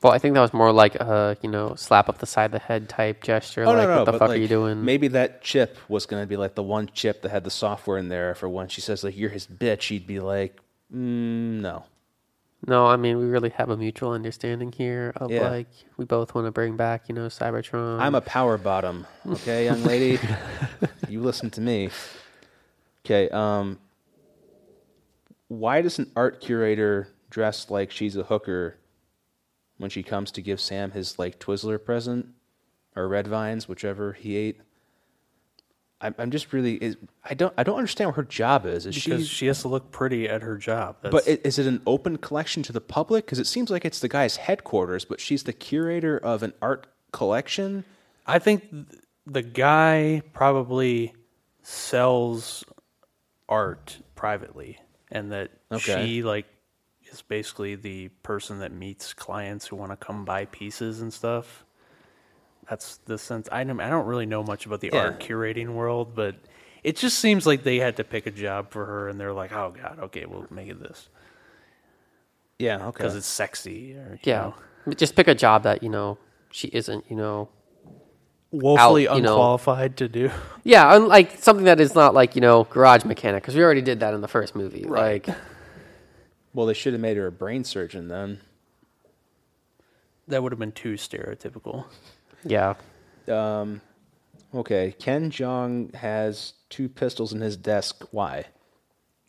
Well, I think that was more like a you know slap up the side of the head type gesture. like what the
Oh, but,
fuck
like,
are you doing?
Maybe that chip was going to be like the one chip that had the software in there for when she says like you're his bitch, he'd be like, mm, no.
No, I mean we really have a mutual understanding here of
Yeah.
like we both want to bring back, you know, Cybertron.
I'm a power bottom. Okay, young lady, you listen to me. Okay, um, why does an art curator dress like she's a hooker when she comes to give Sam his like Twizzler present or red vines, whichever he ate? I'm, I'm just really is I don't I don't understand what her job is. Is
Because
she?
she has to look pretty at her job. That's,
But i- is it an open collection to the public? Because it seems like it's the guy's headquarters, but she's the curator of an art collection.
I think th- the guy probably sells art privately, and that
Okay.
she like is basically the person that meets clients who want to come buy pieces and stuff. That's the sense. I don't, I don't really know much about the
Yeah.
art curating world, but it just seems like they had to pick a job for her, and they're like, "Oh God, okay, we'll make it this
Yeah, okay.
because it's sexy." Or, you
yeah.
know,
Just pick a job that, you know, she isn't, you know.
woefully
Out, you know.
unqualified to do.
Yeah, un- like something that is not like, you know, garage mechanic because we already did that in the first movie. Like
Well, they should have made her a brain surgeon then.
That would have been too stereotypical.
yeah.
Um, Okay, Ken Jong has two pistols in his desk. Why?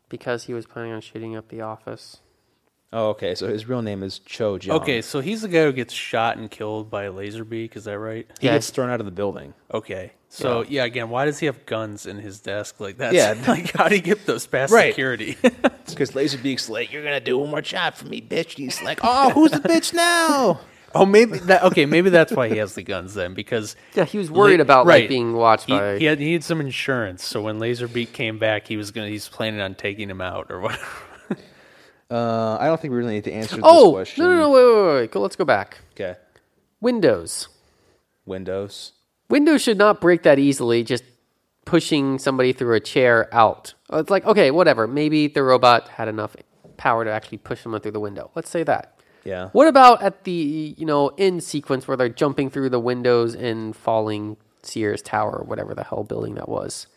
Because he was planning on shooting up the office.
Oh, okay. So his real name is Cho Jong.
Okay, so he's the guy who gets shot and killed by a laser beak. Is that right?
he
Yeah.
gets thrown out of the building.
Okay, so yeah. again, why does he have guns in his desk? Like that's
Yeah.
like how do you get those past
Right.
security?
It's because Laserbeak's like, "You're gonna do one more job for me, bitch." And he's like, "Oh, who's the bitch now?"
oh, maybe that. Okay, maybe that's why he has the guns then because
Yeah, he was worried about
right.
like being watched
he,
by
he had he needed some insurance. So when Laserbeak came back, he was gonna he's planning on taking him out or whatever.
Uh, I don't think we really need to answer this
Oh,
question.
no, no, no, wait, wait, wait, wait. Go, let's go back.
Okay,
Windows.
Windows.
Windows should not break that easily, just pushing somebody through a chair out. Uh, It's like, okay, whatever. Maybe the robot had enough power to actually push someone through the window. Let's say that.
Yeah.
What about at the, you know, end sequence where they're jumping through the windows and falling Sears Tower or whatever the hell building that was?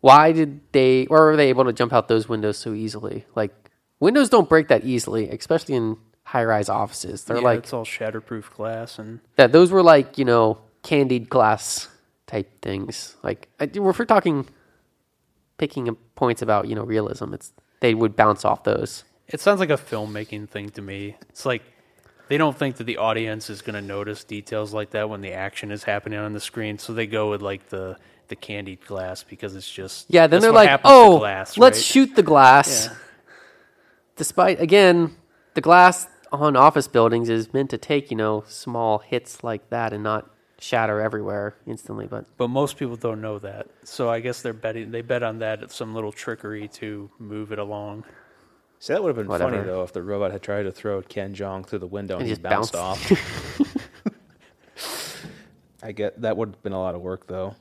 Why did they, or were they able to jump out those windows so easily? Like, windows don't break that easily, especially in high rise offices. They're
Yeah,
like,
it's all shatterproof glass and
that those were like you know candied glass type things like I- if we're talking picking up points about you know realism it's they would bounce off those
It sounds like a filmmaking thing to me. It's like they don't think that the audience is going to notice details like that when the action is happening on the screen, so they go with like the the candied glass because it's just
yeah then
that's
they're
what
like
happens to
oh
glass,
let's
right?
shoot the glass
Yeah.
despite again the glass on office buildings is meant to take you know small hits like that and not shatter everywhere instantly but
But most people don't know that, so I guess they're betting they bet on that some little trickery to move it along.
See, that would have been funny
Whatever.
though if the robot had tried to throw Ken Jong through the window and,
And
he
just
bounced,
bounced.
off. I get that would have been a lot of work though.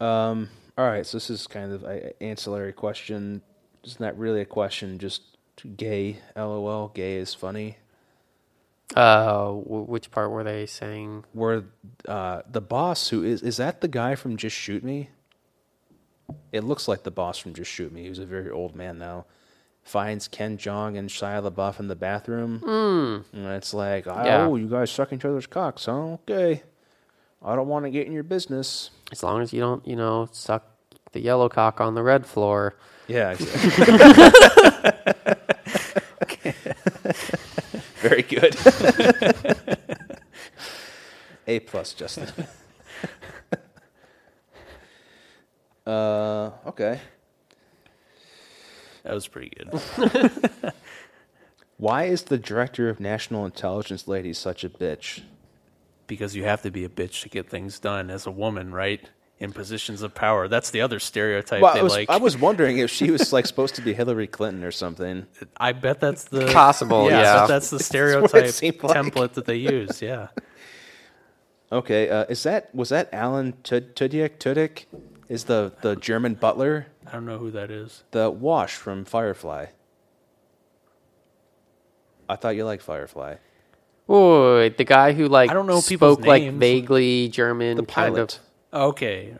Um, all right, so this is kind of an ancillary question. It's not really a question, just gay. LOL, gay is funny.
uh w- which part were they saying
Where uh, the boss who is is that the guy from Just Shoot Me? It looks like the boss from Just Shoot Me. He was a very old man now. Finds Ken Jong and Shia LaBeouf in the bathroom.
Hmm.
And it's like, oh,
Yeah.
you guys suck each other's cocks, huh? Okay. I don't want to get in your business.
as long as you don't you know suck the yellow cock on the red floor
Yeah, exactly. Very good. A plus, Justin. uh, okay.
That was pretty good.
Why is the director of National Intelligence Lady such a bitch?
because you have to be a bitch to get things done as a woman, right? In positions of power. That's the other stereotype
Well,
they
I was,
like.
I was wondering if she was like supposed to be Hillary Clinton or something.
I bet that's the
Possible, yeah.
so that's the
what
stereotype
it seemed like.
template that they use. Yeah,
Okay, uh, is that was that Alan Tud- Tudyk? Tudyk is the the German butler,
I don't know who that is.
the Wash from Firefly. I thought you liked Firefly.
Oh, the guy who like
I don't know people's
spoke like
names.
vaguely German,
The
kind
pilot.
of.
Okay,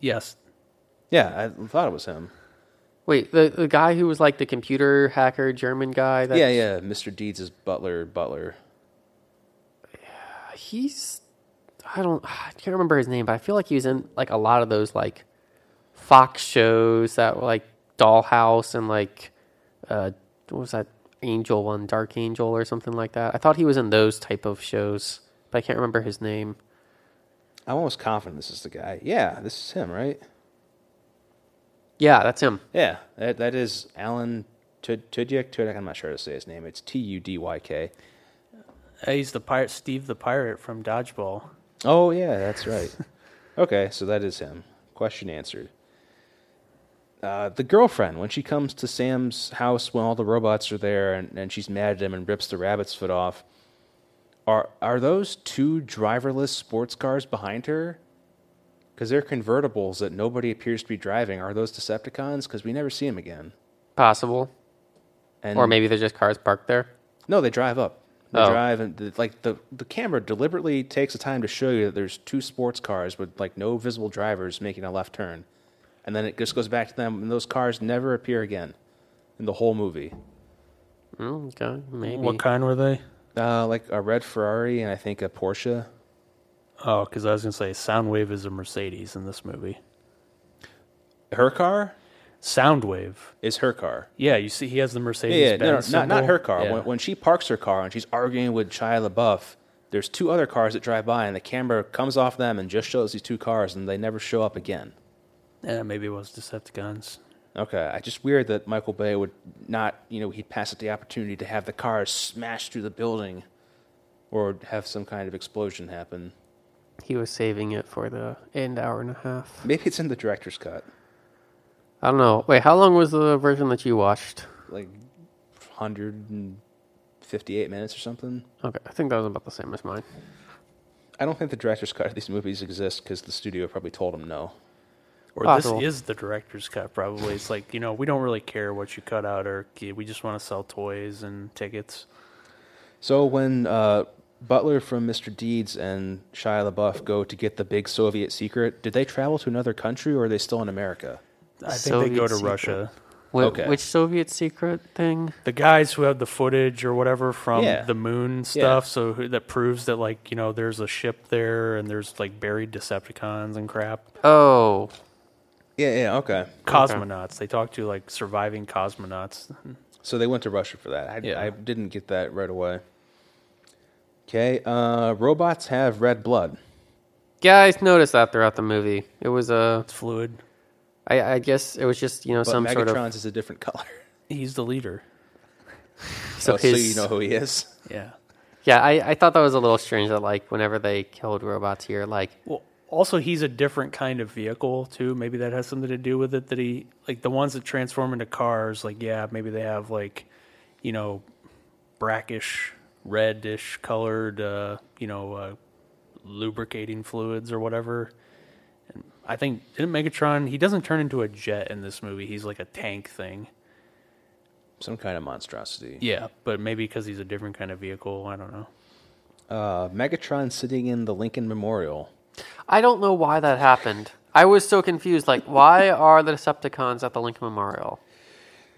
yes,
Yeah, I thought it was him.
Wait, the the guy who was like the computer hacker German guy. That's,
yeah, yeah. Mr. Deeds is Butler. Butler.
He's I don't I can't remember his name, but I feel like he was in like a lot of those like Fox shows that were like Dollhouse and like uh what was that Angel one, Dark Angel or something like that. I thought he was in those type of shows, but I can't remember his name.
I'm almost confident this is the guy. Yeah, this is him, right?
Yeah, that's him.
Yeah, that that is Alan Tud- Tudyk. Tudyk. I'm not sure how to say his name. It's T U D Y K.
Hey, He's the pirate, Steve the pirate from Dodgeball.
Oh yeah, that's right. okay, so that is him. Question answered. Uh, the girlfriend, when she comes to Sam's house when all the robots are there and, and she's mad at him and rips the rabbit's foot off, are are those two driverless sports cars behind her? Because they're convertibles that nobody appears to be driving. Are those Decepticons? Because we never see them again.
Possible.
And
Or maybe they're just cars parked there.
No, they drive up. They
Oh.
drive and the, like the the camera deliberately takes the time to show you that there's two sports cars with like no visible drivers making a left turn, and then it just goes back to them, and those cars never appear again in the whole movie.
Mm, Okay, maybe.
What kind were they?
Uh, like a red Ferrari and I think a Porsche.
Oh, because I was gonna say Soundwave is a Mercedes in this movie.
Her car
Soundwave.
is her car.
Yeah, you see, he has the Mercedes.
Yeah, yeah no, no,
Benz
not not
symbol.
her car.
Yeah.
When, when she parks her car and she's arguing with Shia LaBeouf, there's two other cars that drive by, and the camera comes off them and just shows these two cars, and they never show up again.
yeah, maybe it was Decepticons.
Okay, I just weird that Michael Bay would not, you know, he'd pass up the opportunity to have the cars smash through the building, or have some kind of explosion happen.
He was saving it for the end hour and a half.
Maybe it's in the director's cut,
I don't know. Wait, how long was the version that you watched?
like 158 minutes or something.
Okay, I think that was about the same as mine.
I don't think the director's cut of these movies exists because the studio probably told him no.
Or
Possible.
this is the director's cut, probably. It's like you know, we don't really care what you cut out, or we just want to sell toys and tickets.
So when uh, Butler from Mr. Deeds and Shia LaBeouf go to get the big Soviet secret, did they travel to another country or are they still in America?
I think they go
Soviet
to
secret.
Russia.
Wh-
Okay.
Which Soviet secret thing?
The guys who have the footage or whatever from
Yeah.
the moon stuff, so who, that proves that like you know, there's a ship there and there's like buried Decepticons and crap.
Oh,
Yeah, yeah, okay.
Cosmonauts. They talk to like surviving cosmonauts.
So they went to Russia for that. I,
Yeah.
I didn't get that right away. Okay, uh, robots have red blood.
guys, noticed that throughout the movie. It was a.
It's fluid.
I, I guess it was just you know
But
some
Megatron's
sort of.
is a different color.
He's the leader.
So
Oh,
his,
you know who he is.
Yeah.
Yeah, I, I thought that was a little strange that like whenever they killed robots here, like
Well, also he's a different kind of vehicle too. Maybe that has something to do with it. That he like the ones that transform into cars. Like yeah, maybe they have like, you know, brackish, reddish colored, uh, you know, uh, lubricating fluids or whatever. And I think didn't Megatron? He doesn't turn into a jet in this movie. He's like a tank thing.
Some kind of monstrosity.
Yeah, but maybe because he's a different kind of vehicle. I don't know.
Uh, Megatron sitting in the Lincoln Memorial.
I don't know why that happened. I was so confused. Like, why are the Decepticons at the Lincoln Memorial?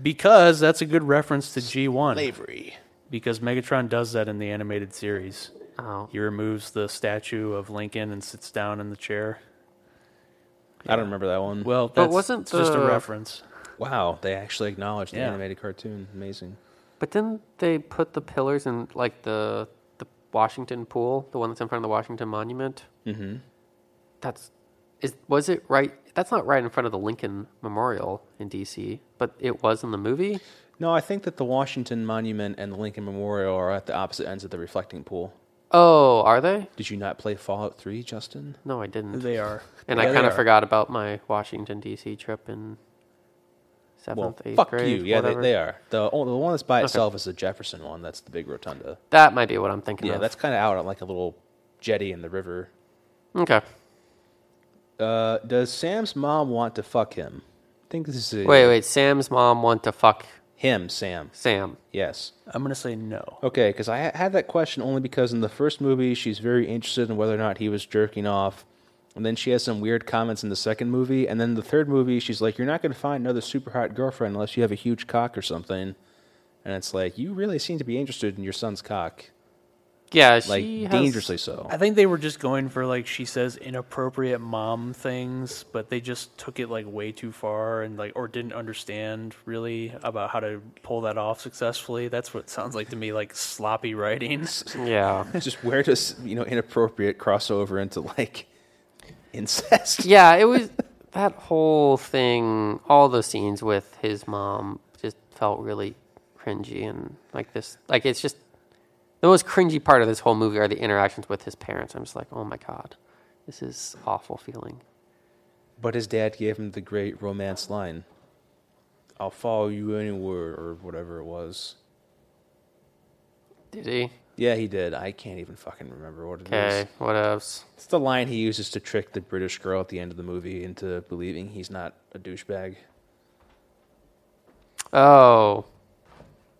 Because that's a good reference to G one.
Slavery.
because Megatron does that in the animated series.
Oh,
He removes the statue of Lincoln and sits down in the chair.
I don't remember that one.
Well, that's
But wasn't
it's just a
the-
reference.
wow, they actually acknowledged the
Yeah.
animated cartoon. Amazing.
but didn't they put the pillars in like the the Washington pool, the one that's in front of the Washington Monument? Mm-hmm. That's is was it right? That's not right in front of the Lincoln Memorial in D.C., but it was in the movie.
No, I think that the Washington Monument and the Lincoln Memorial are at the opposite ends of the reflecting pool.
Oh, are they?
Did you not play Fallout 3, Justin?
No, I didn't.
They are.
And
Yeah,
I
they
kind
are.
of forgot about my Washington D.C. trip in seventh, eighth
fuck
grade.
you. Yeah, they,
whatever.
they are. The, o- the one that's by itself is the Jefferson one. That's the big rotunda.
That might be what I'm thinking
Yeah,
of.
that's kind of out on like a little jetty in the river.
okay.
Uh, does Sam's mom want to fuck him? I think this is a,
Wait, wait. Sam's mom want to fuck
him, Sam.
Sam.
Yes.
I'm gonna say no.
Okay, because I ha- had that question only because in the first movie she's very interested in whether or not he was jerking off, And then she has some weird comments in the second movie. And then the third movie, she's like, You're not going to find another super hot girlfriend unless you have a huge cock or something. And it's like, You really seem to be interested in your son's cock.
Yeah, she
Like,
has-
dangerously so.
I think they were just going for like she says inappropriate mom things, but they just took it like way too far and like or didn't understand really about how to pull that off successfully. That's what it sounds like to me, like sloppy writing.
Yeah.
Just where does, you know, inappropriate crossover into like incest?
Yeah, it was that whole thing, all the scenes with his mom just felt really cringy and like this like it's just the most cringy part of this whole movie are the interactions with his parents. I'm just like, oh my god, this is awful feeling.
But his dad gave him the great romance line I'll follow you anywhere, or whatever it was.
Did he?
Yeah, he did. I can't even fucking remember what it is.
Okay, what else?
It's the line he uses to trick the British girl at the end of the movie into believing he's not a douchebag.
Oh,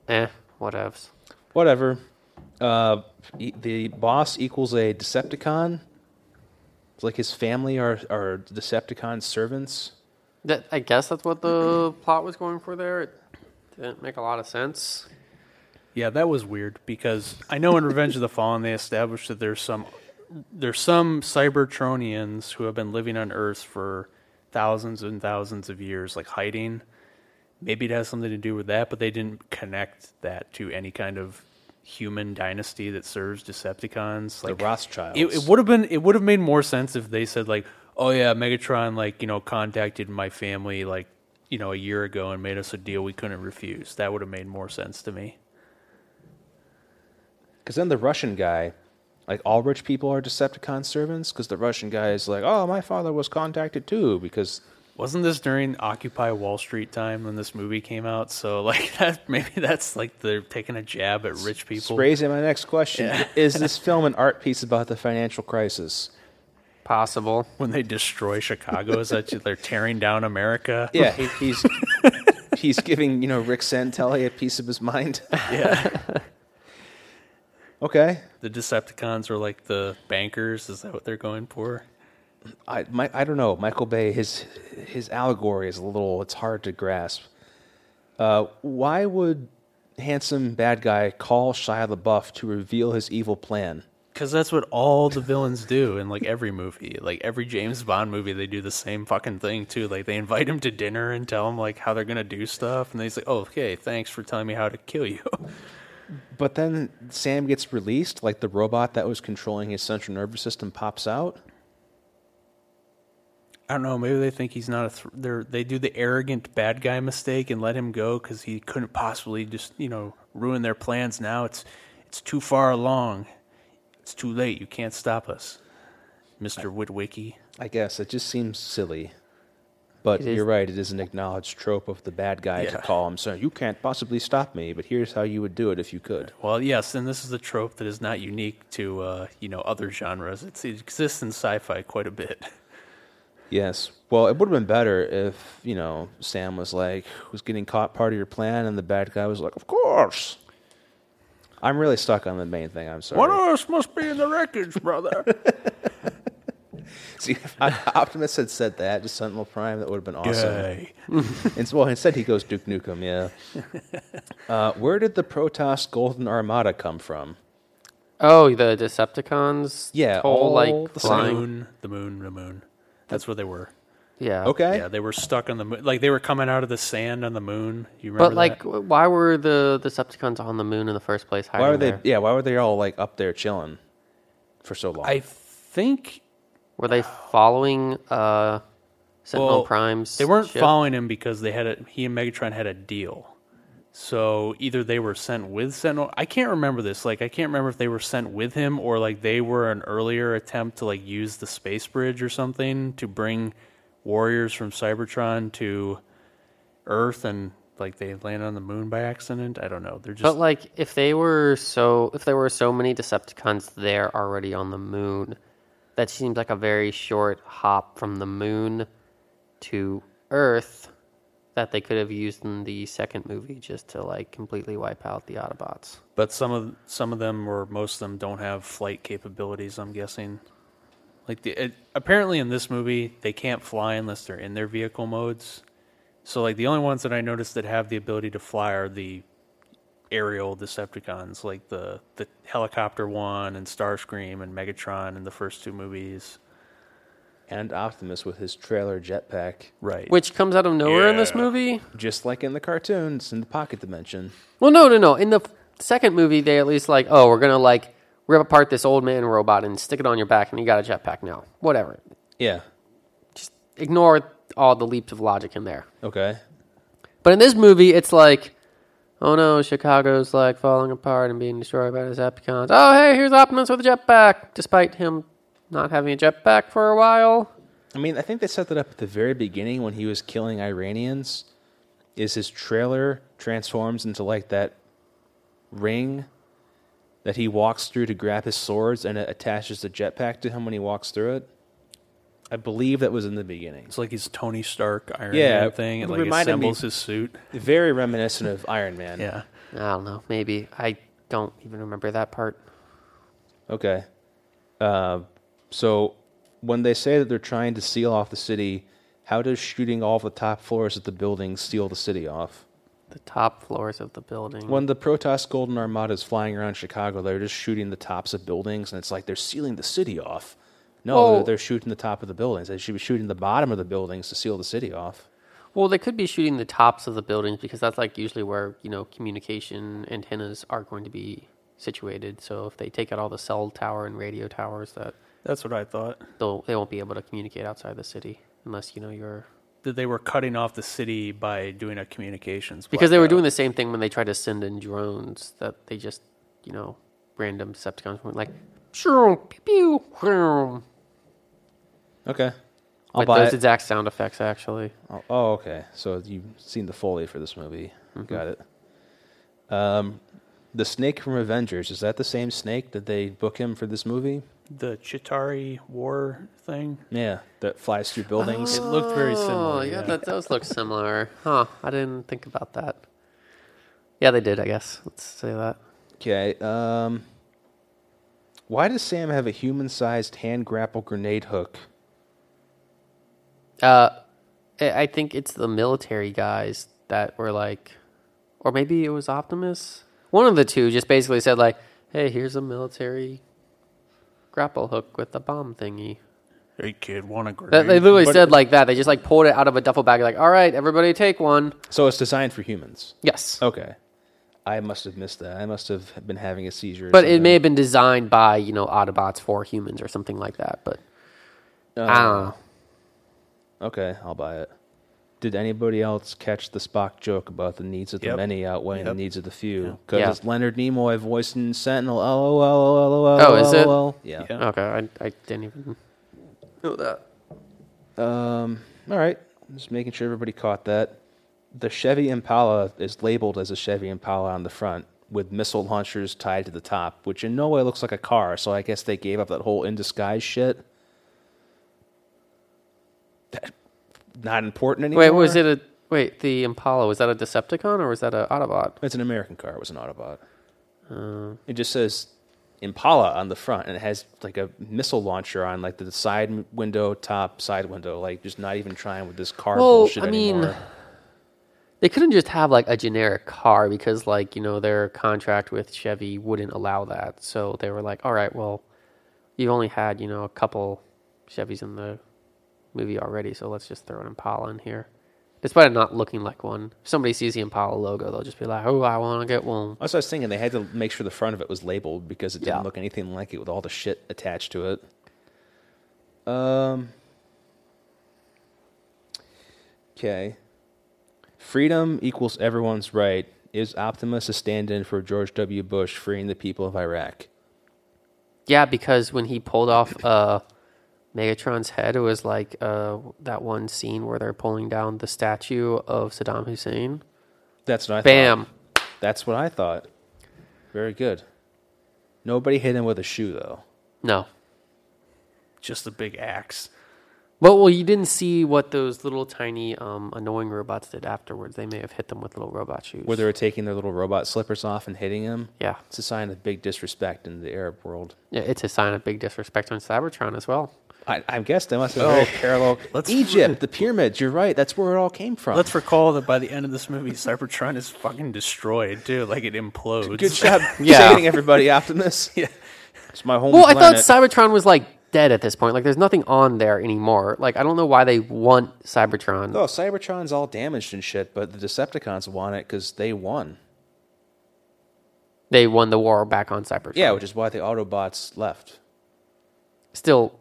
eh, what else?
Whatever. Uh, e- the boss equals a Decepticon. It's like his family are, are Decepticon servants.
That I guess that's what the plot was going for there. It didn't make a lot of sense.
Yeah, that was weird because I know in Revenge of the Fallen they established that there's some there's some Cybertronians who have been living on Earth for thousands and thousands of years, like hiding. Maybe it has something to do with that, but they didn't connect that to any kind of human dynasty that serves Decepticons. Like
the Rothschilds.
it, it would have been it would have made more sense if they said like oh yeah megatron like you know contacted my family like you know a year ago and made us a deal we couldn't refuse that would have made more sense to me
Because then the Russian guy, like all rich people are Decepticon servants, because the Russian guy is like, oh, my father was contacted too, because
wasn't this during occupy wall street time when this movie came out so like that maybe that's like they're taking a jab at rich people
it's raising my next question. Is this film an art piece about the financial crisis?
Possible.
when they destroy chicago is that they're tearing down america
Yeah, he, he's he's giving you know Rick Santelli a piece of his mind.
yeah
Okay,
the decepticons are like the bankers is that what they're going for
I my, I don't know Michael Bay his his allegory is a little it's hard to grasp. Uh, why would handsome bad guy call Shia LaBeouf to reveal his evil plan?
Because that's what all the villains do in like every movie, like every James Bond movie, they do the same fucking thing too. Like they invite him to dinner and tell him like how they're gonna do stuff, and he's like, "Oh, okay, thanks for telling me how to kill you."
But then Sam gets released, like the robot that was controlling his central nervous system pops out.
I don't know. Maybe they think he's not a. Th- they're they do the arrogant bad guy mistake and let him go because he couldn't possibly just you know ruin their plans. Now it's it's too far along. It's too late. You can't stop us, Mister Witwicky.
I guess it just seems silly. But
It is-
you're right, it is an acknowledged trope of the bad guy to
Yeah.
call him saying, You can't possibly stop me, but here's how you would do it if you could.
Well, yes, and this is a trope that is not unique to uh, you know other genres. It's, it exists in sci-fi quite a bit.
Yes. Well, it would have been better if, you know, Sam was like, was getting caught part of your plan, and the bad guy was like, Of course. I'm really stuck on the main thing. I'm sorry.
us must be in the wreckage, brother?
See, if I- Optimus had said that to Sentinel Prime, that would have been awesome.
Yay.
And so, well, instead he goes Duke Nukem, yeah. Uh, where did the Protoss Golden Armada come from?
Oh, the Decepticons.
Yeah,
whole
all
like
the
The
flying.
moon, the moon, the moon. That's where they were.
Yeah.
Okay.
Oh, Yeah, they were stuck on the moon. Like they were coming out of the sand on the moon. You remember?
But
that?
like, w- why were the Decepticons on the moon in the first place? Hiding
Why were they?
there?
Yeah, why were they all like up there chilling for so long?
I think
Were they following uh, Sentinel
Well,
Prime's?
They weren't
ship?
following him because they had a he and Megatron had a deal. So either they were sent with Sentinel. I can't remember this. Like I can't remember if they were sent with him or like they were an earlier attempt to like use the space bridge or something to bring warriors from Cybertron to Earth and like they landed on the moon by accident. I don't know. They're just
But like, if they were so, if there were so many Decepticons there already on the moon, that seems like a very short hop from the moon to Earth that they could have used in the second movie just to like completely wipe out the Autobots.
but some of some of them or most of them don't have flight capabilities, I'm guessing. Like the, it, apparently in this movie they can't fly unless they're in their vehicle modes. So like the only ones that I noticed that have the ability to fly are the aerial Decepticons, like the the helicopter one and Starscream and Megatron in the first two movies.
And Optimus with his trailer jetpack,
Right.
Which comes out of nowhere in this
Yeah.
movie.
just like in the cartoons in the pocket dimension.
Well, no, no, no. In the f- second movie, they at least like, oh, we're gonna like rip apart this old man robot and stick it on your back, and you got a jetpack now. Whatever.
Yeah.
Ignore all the leaps of logic in there.
Okay.
But in this movie, it's like, oh no, Chicago's like falling apart and being destroyed by the Decepticons. Oh hey, here's Optimus with a jetpack, despite him not having a jetpack for a while.
I mean, I think they set that up at the very beginning when he was killing Iranians. Is his trailer transforms into like that ring that he walks through to grab his swords and it attaches the jetpack to him when he walks through it? I believe that was in the beginning.
It's like his Tony Stark Iron
Yeah,
Man thing. It
it
like
reminded me-
assembles his suit.
Very reminiscent of Iron Man.
Yeah.
I don't know. Maybe I don't even remember that part.
Okay. Uh, so when they say that they're trying to seal off the city, how does shooting all the top floors of the building seal the city off?
The top floors of the building.
When the Protoss Golden Armada is flying around Chicago, they're just shooting the tops of buildings, and it's like they're sealing the city off. No,
Oh.
they're, they're shooting the top of the buildings. They should be shooting the bottom of the buildings to seal the city off.
Well, they could be shooting the tops of the buildings because that's like usually where you know communication antennas are going to be situated. So if they take out all the cell tower and radio towers, that
That's what I thought.
they'll they won't be able to communicate outside the city unless you know you're
That they were cutting off the city by doing a communications
because they were
blackout.
doing the same thing when they tried to send in drones that they just you know random Decepticons went like shroom, pew pew shroom.
Okay. I'll
with
buy
those
it.
exact sound effects actually.
Oh, oh, okay. So you've seen the Foley for this movie. Got it. Um, the snake from Avengers, is that the same snake that they book him for this movie?
the Chitari War thing.
Yeah, that flies through buildings.
It looked very similar.
Oh, yeah,
yeah.
that does look similar. Huh, I didn't think about that. Yeah, they did, I guess. Let's say that.
Okay. Um, why does Sam have a human sized hand grapple grenade hook?
Uh, I I think it's the military guys that were like, or maybe it was Optimus. One of the two just basically said, like, hey, here's a military grapple hook with a bomb thingy.
Hey kid, want a
That,
grenade?
they literally
But-
said like that. They just like pulled it out of a duffel bag, like, all right, everybody take one.
So it's designed for humans.
Yes.
Okay. I must have missed that. I must have been having a seizure. or
But it may
something.
have been designed by, you know, Autobots for humans or something like that. But I
Uh,
don't know.
Okay, I'll buy it. Did anybody else catch the Spock joke about the needs of the
Yep.
many outweighing
Yep.
the needs of the few? Because
Yeah.
it's Leonard Nimoy voicing Sentinel. LOL, LOL,
Oh, is it?
LOL. Yeah.
Yeah.
Okay, I, I didn't even know that.
Um, all right. Just making sure everybody caught that. The Chevy Impala is labeled as a Chevy Impala on the front with missile launchers tied to the top, which in no way looks like a car. So I guess they gave up that whole in disguise shit. That not important anymore.
Wait, was it a wait? The Impala was that a Decepticon or was that an Autobot?
It's an American car. It was an Autobot.
Uh.
it just says Impala on the front, and it has like a missile launcher on like the side m- window, top side window. Like just not even trying with this car
Well,
bullshit
I mean-
anymore.
They couldn't just have like a generic car because like you know their contract with Chevy wouldn't allow that. So they were like, all right, well, you've only had you know a couple Chevys in the movie already, so let's just throw an Impala in here. Despite it not looking like one, if somebody sees the Impala logo, they'll just be like, "Oh, I want to get one."
That's what I was thinking. They had to make sure the front of it was labeled because it didn't
Yeah.
look anything like it with all the shit attached to it. Um. Okay. Freedom equals everyone's right. Is Optimus a stand-in for George W. Bush freeing the people of Iraq?
Yeah, because when he pulled off uh, Megatron's head, it was like uh, that one scene where they're pulling down the statue of Saddam Hussein.
That's what I thought.
Bam!
That's what I thought. Very good. Nobody hit him with a shoe though.
No.
Just a big axe.
But well, you didn't see what those little tiny um, annoying robots did afterwards. They may have hit them with little robot shoes.
Where they were taking their little robot slippers off and hitting him.
yeah,
It's a sign of big disrespect in the Arab world.
yeah, it's a sign of big disrespect on Cybertron as well.
I, I guess they must have very parallel.
Let's-
Egypt, the pyramids. You're right. That's where it all came from.
Let's recall that by the end of this movie, Cybertron is fucking destroyed, too. Like, it implodes.
Good job
Yeah.
saving everybody, Optimus. yeah. It's my home
Well, I thought
planet.
Cybertron was like dead at this point. Like, there's nothing on there anymore. Like, I don't know why they want Cybertron.
Oh, Cybertron's all damaged and shit, but the Decepticons want it because they won.
They won the war back on Cybertron.
Yeah, which is why the Autobots left.
Still,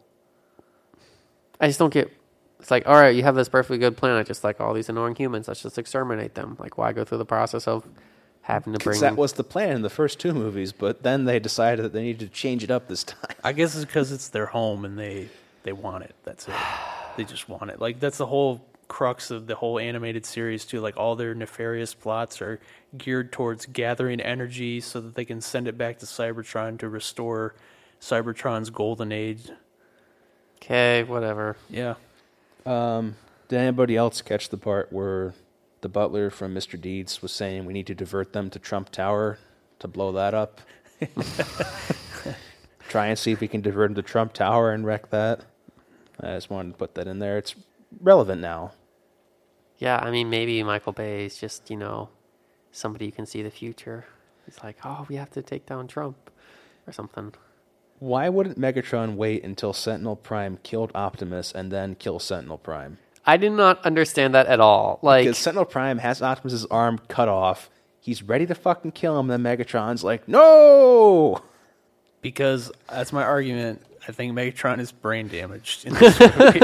I just don't get. It's like, all right, you have this perfectly good planet, just like all these annoying humans. Let's just exterminate them. Like, why go through the process of having to bring?
Because that was the plan in the first two movies, but then they decided that they needed to change it up this time.
I guess it's because it's their home and they they want it. That's it. They just want it. Like that's the whole crux of the whole animated series too. Like all their nefarious plots are geared towards gathering energy so that they can send it back to Cybertron to restore Cybertron's golden age.
okay, whatever.
Yeah.
Did anybody else catch the part where the butler from Mr. Deeds was saying we need to divert them to Trump Tower to blow that up? Try and see if we can divert them to Trump Tower and wreck that. I just wanted to put that in there. It's relevant now.
Yeah, I mean, maybe Michael Bay is just you know somebody who can see the future. He's like, oh, we have to take down Trump or something.
Why wouldn't Megatron wait until Sentinel Prime killed Optimus and then kill Sentinel Prime?
I did not understand that at all. Like,
Because Sentinel Prime has Optimus's arm cut off. He's ready to fucking kill him. Then Megatron's like, "No!"
Because that's my argument. I think Megatron is brain damaged in this movie.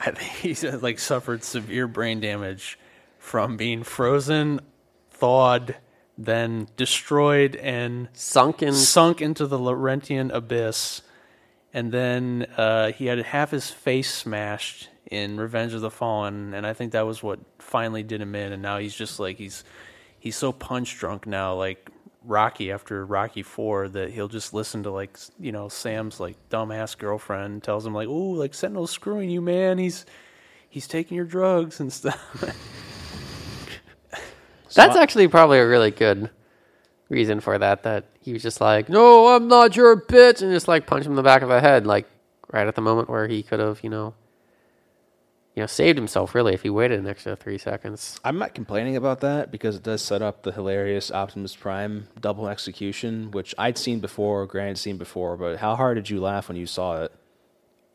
I think he's uh, like suffered severe brain damage from being frozen, thawed, then destroyed and
sunken.
sunk into the Laurentian abyss, and then uh, he had half his face smashed in Revenge of the Fallen, and I think that was what finally did him in. And now he's just like he's he's so punch drunk now, like Rocky after Rocky Four, that he'll just listen to like s- you know Sam's like dumbass girlfriend tells him like, "Oh, like Sentinel's screwing you, man. He's he's taking your drugs and stuff."
That's actually probably a really good reason for that. That he was just like, "No, I'm not your bitch," and just like punch him in the back of the head, like right at the moment where he could have, you know, you know, saved himself. Really, if he waited an extra three seconds.
I'm not complaining about that because it does set up the hilarious Optimus Prime double execution, which I'd seen before, granted seen before, but how hard did you laugh when you saw it?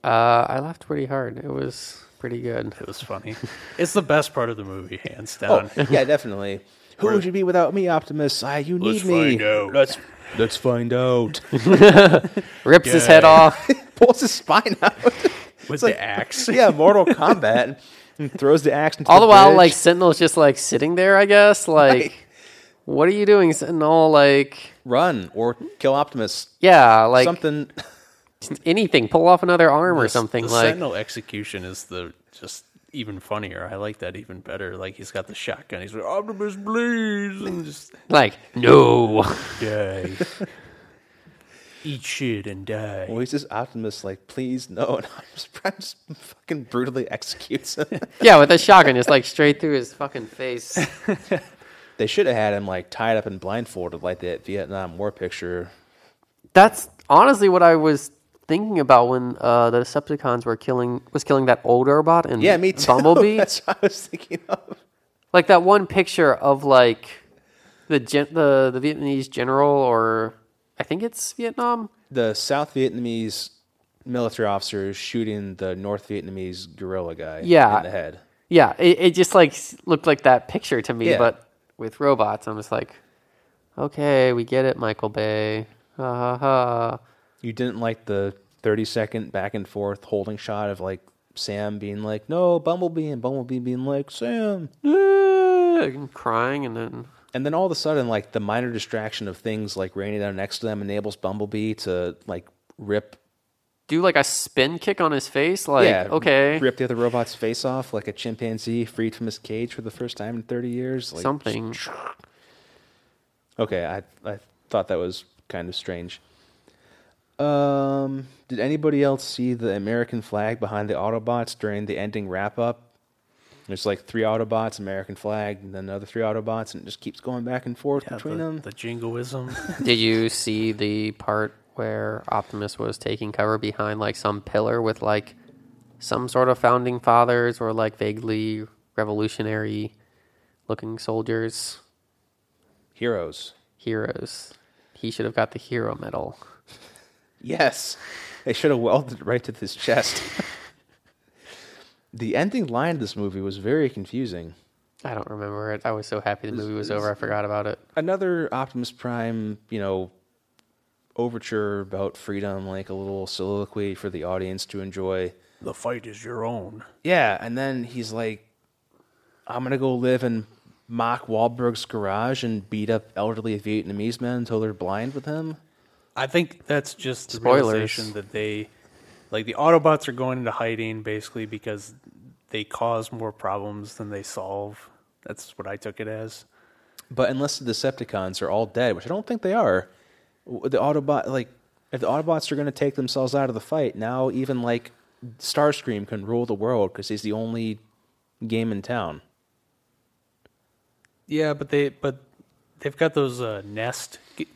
Uh, I laughed pretty hard. It was pretty good.
it was funny. It's the best part of the movie, hands
Oh,
down.
yeah, definitely. Who would you be without me, Optimus? Ah, you need
Let's
me.
find out.
Let's let's find out.
Rips his head
Yeah.
off.
Pulls his spine out.
With
like-
the axe.
yeah, Mortal Kombat. And throws the axe. Into
All the while,
bridge.
like Sentinel's just like sitting there. I guess like.
Right.
What are you doing, Sentinel? Like,
run or kill Optimus.
yeah, like
Something.
anything. Pull off another arm or
s-
something.
The
like,
Sentinel execution is the just even funnier. I like that even better. Like he's got the shotgun. He's like Optimus, please, and just
like no.
die, eat shit, and die.
Well, he's just Optimus, like, please, no. And Optimus Prime just fucking brutally executes him.
Yeah, with a shotgun, just like straight through his fucking face.
they should have had him, like, tied up and blindfolded, like that Vietnam War picture.
That's honestly what I was thinking about when uh, the Decepticons were killing was killing that old robot and
Yeah, me too.
Bumblebee.
That's what I was thinking of.
like that one picture of like the gen- the the Vietnamese general or I think it's Vietnam.
The South Vietnamese military officer is shooting the North Vietnamese guerrilla guy
Yeah.
in the head.
Yeah, it, it just like s- looked like that picture to me,
Yeah.
but with robots. I'm just like, okay, we get it, Michael Bay. Ha ha ha.
You didn't like the 30 second back and forth holding shot of, like, Sam being like, no, Bumblebee, and Bumblebee being like, Sam,
And Ah, crying and then
And then all of a sudden, like the minor distraction of things like raining down next to them enables Bumblebee to like rip,
do like a spin kick on his face. Like,
yeah,
okay,
rip the other robot's face off like a chimpanzee freed from his cage for the first time in thirty years. Like,
something.
Okay, I I thought that was kind of strange. Um, did anybody else see the American flag behind the Autobots during the ending wrap up? There's like three Autobots, American flag, and then another three Autobots, and it just keeps going back and forth
Yeah,
between
the,
them.
the jingoism.
Did you see the part where Optimus was taking cover behind like some pillar with like some sort of founding fathers or like vaguely revolutionary looking soldiers,
Heroes.
heroes. He should have got the hero medal.
Yes. They should have welded it right to his chest. the ending line of this movie was very confusing.
I don't remember it. I was so happy the movie was over. I forgot about it.
Another Optimus Prime, you know, overture about freedom, like a little soliloquy for the audience to enjoy.
The fight is your own.
Yeah, and then he's like, I'm going to go live in Mark Wahlberg's garage and beat up elderly Vietnamese men until they're blind with him.
I think that's just the
Spoilers.
realization that they, like the Autobots, are going into hiding basically because they cause more problems than they solve. That's what I took it as.
But unless the Decepticons are all dead, which I don't think they are, w- the Autobot like if the Autobots are going to take themselves out of the fight now, even like Starscream can rule the world because he's the only game in town.
Yeah, but they but they've got those uh, nest g-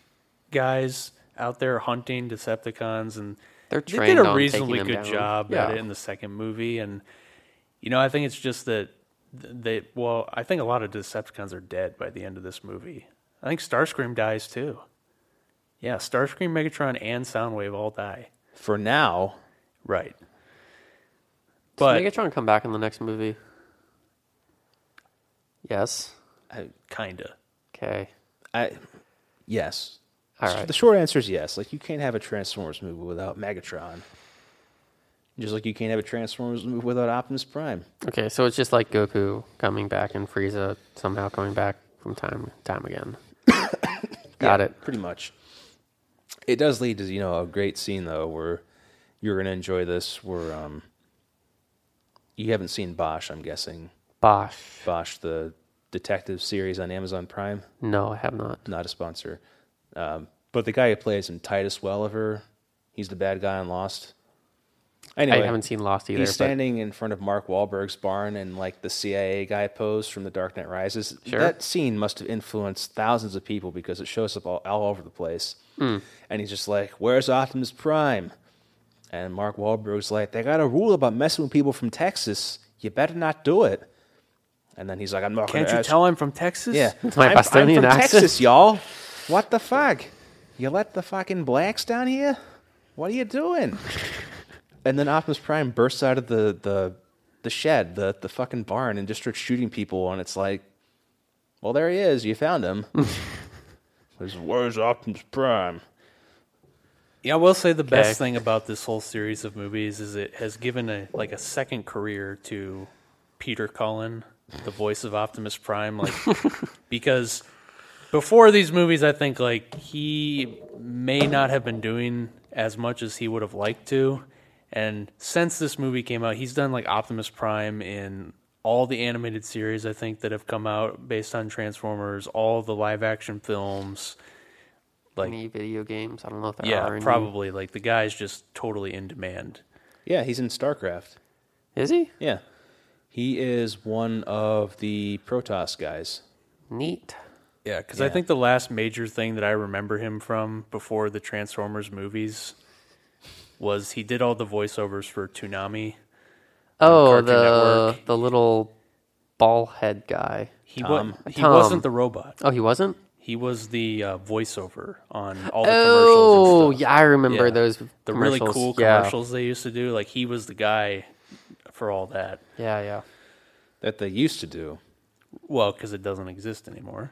guys out there hunting Decepticons, and
They're
they
trained
did a
on
reasonably
taking
good
them down.
job at
Yeah.
it in the second movie. And you know, I think it's just that th- they well, I think a lot of Decepticons are dead by the end of this movie. I think Starscream dies too. Yeah, Starscream, Megatron, and Soundwave all die.
For now,
Right.
But
But
Megatron come back in the next movie. Yes.
kinda.
Okay.
I yes.
All
S-
right.
The short answer is yes. Like you can't have a Transformers movie without Megatron. Just like you can't have a Transformers movie without Optimus Prime.
Okay, so it's just like Goku coming back and Frieza somehow coming back from time time again. Got it.
pretty much. It does lead to you know a great scene though where you're gonna enjoy this where um you haven't seen Bosch I'm guessing
Bosh.
Bosch the detective series on Amazon Prime
No, I have not.
not a sponsor um, but the guy who plays him Titus Welliver he's the bad guy on Lost anyway
I haven't seen Lost either.
he's standing in front of Mark Wahlberg's barn and like the CIA guy pose from The Dark Knight Rises.
Sure.
That scene must have influenced thousands of people because it shows up all, all over the place.
Hmm.
And he's just like, "Where's Optimus Prime?" And Mark Wahlberg's like, "They got a rule about messing with people from Texas. You better not do it." And then he's like, "I'm not going
Can't
to
you
ask
tell I'm from Texas?
yeah,
It's my
I'm-
Bostonian
I'm from
accent.
Texas, y'all. What the fuck? You let the fucking blacks down here? What are you doing? and then Optimus Prime bursts out of the the, the shed, the the fucking barn, and just starts shooting people. And it's like, well, there he is. You found him. Where's- Where's Optimus Prime?
Yeah, I will say the best
Okay.
thing about this whole series of movies is it has given a like a second career to Peter Cullen, the voice of Optimus Prime, like because before these movies I think like he may not have been doing as much as he would have liked to. And since this movie came out, he's done like Optimus Prime in all the animated series I think that have come out based on Transformers, all the live action films. Like
Any video games? I don't know if there
yeah,
are any.
probably. Like the guy's just totally in demand.
Yeah, he's in Starcraft.
Is he?
Yeah, he is one of the Protoss guys.
Neat.
Yeah, because I
Yeah.
think the last major thing that I remember him from before the Transformers movies was he did all the voiceovers for Toonami.
Oh,
Cartoon
the
Network.
the little ball head guy.
He was he
Tom.
wasn't the robot.
Oh, he wasn't.
He was the uh, voiceover on all the
Oh,
commercials. and stuff.
yeah, I remember
Yeah.
those.
the really
commercials.
cool
Yeah.
commercials they used to do. Like he was the guy for all that.
Yeah, yeah.
That they used to do.
Well, because it doesn't exist anymore.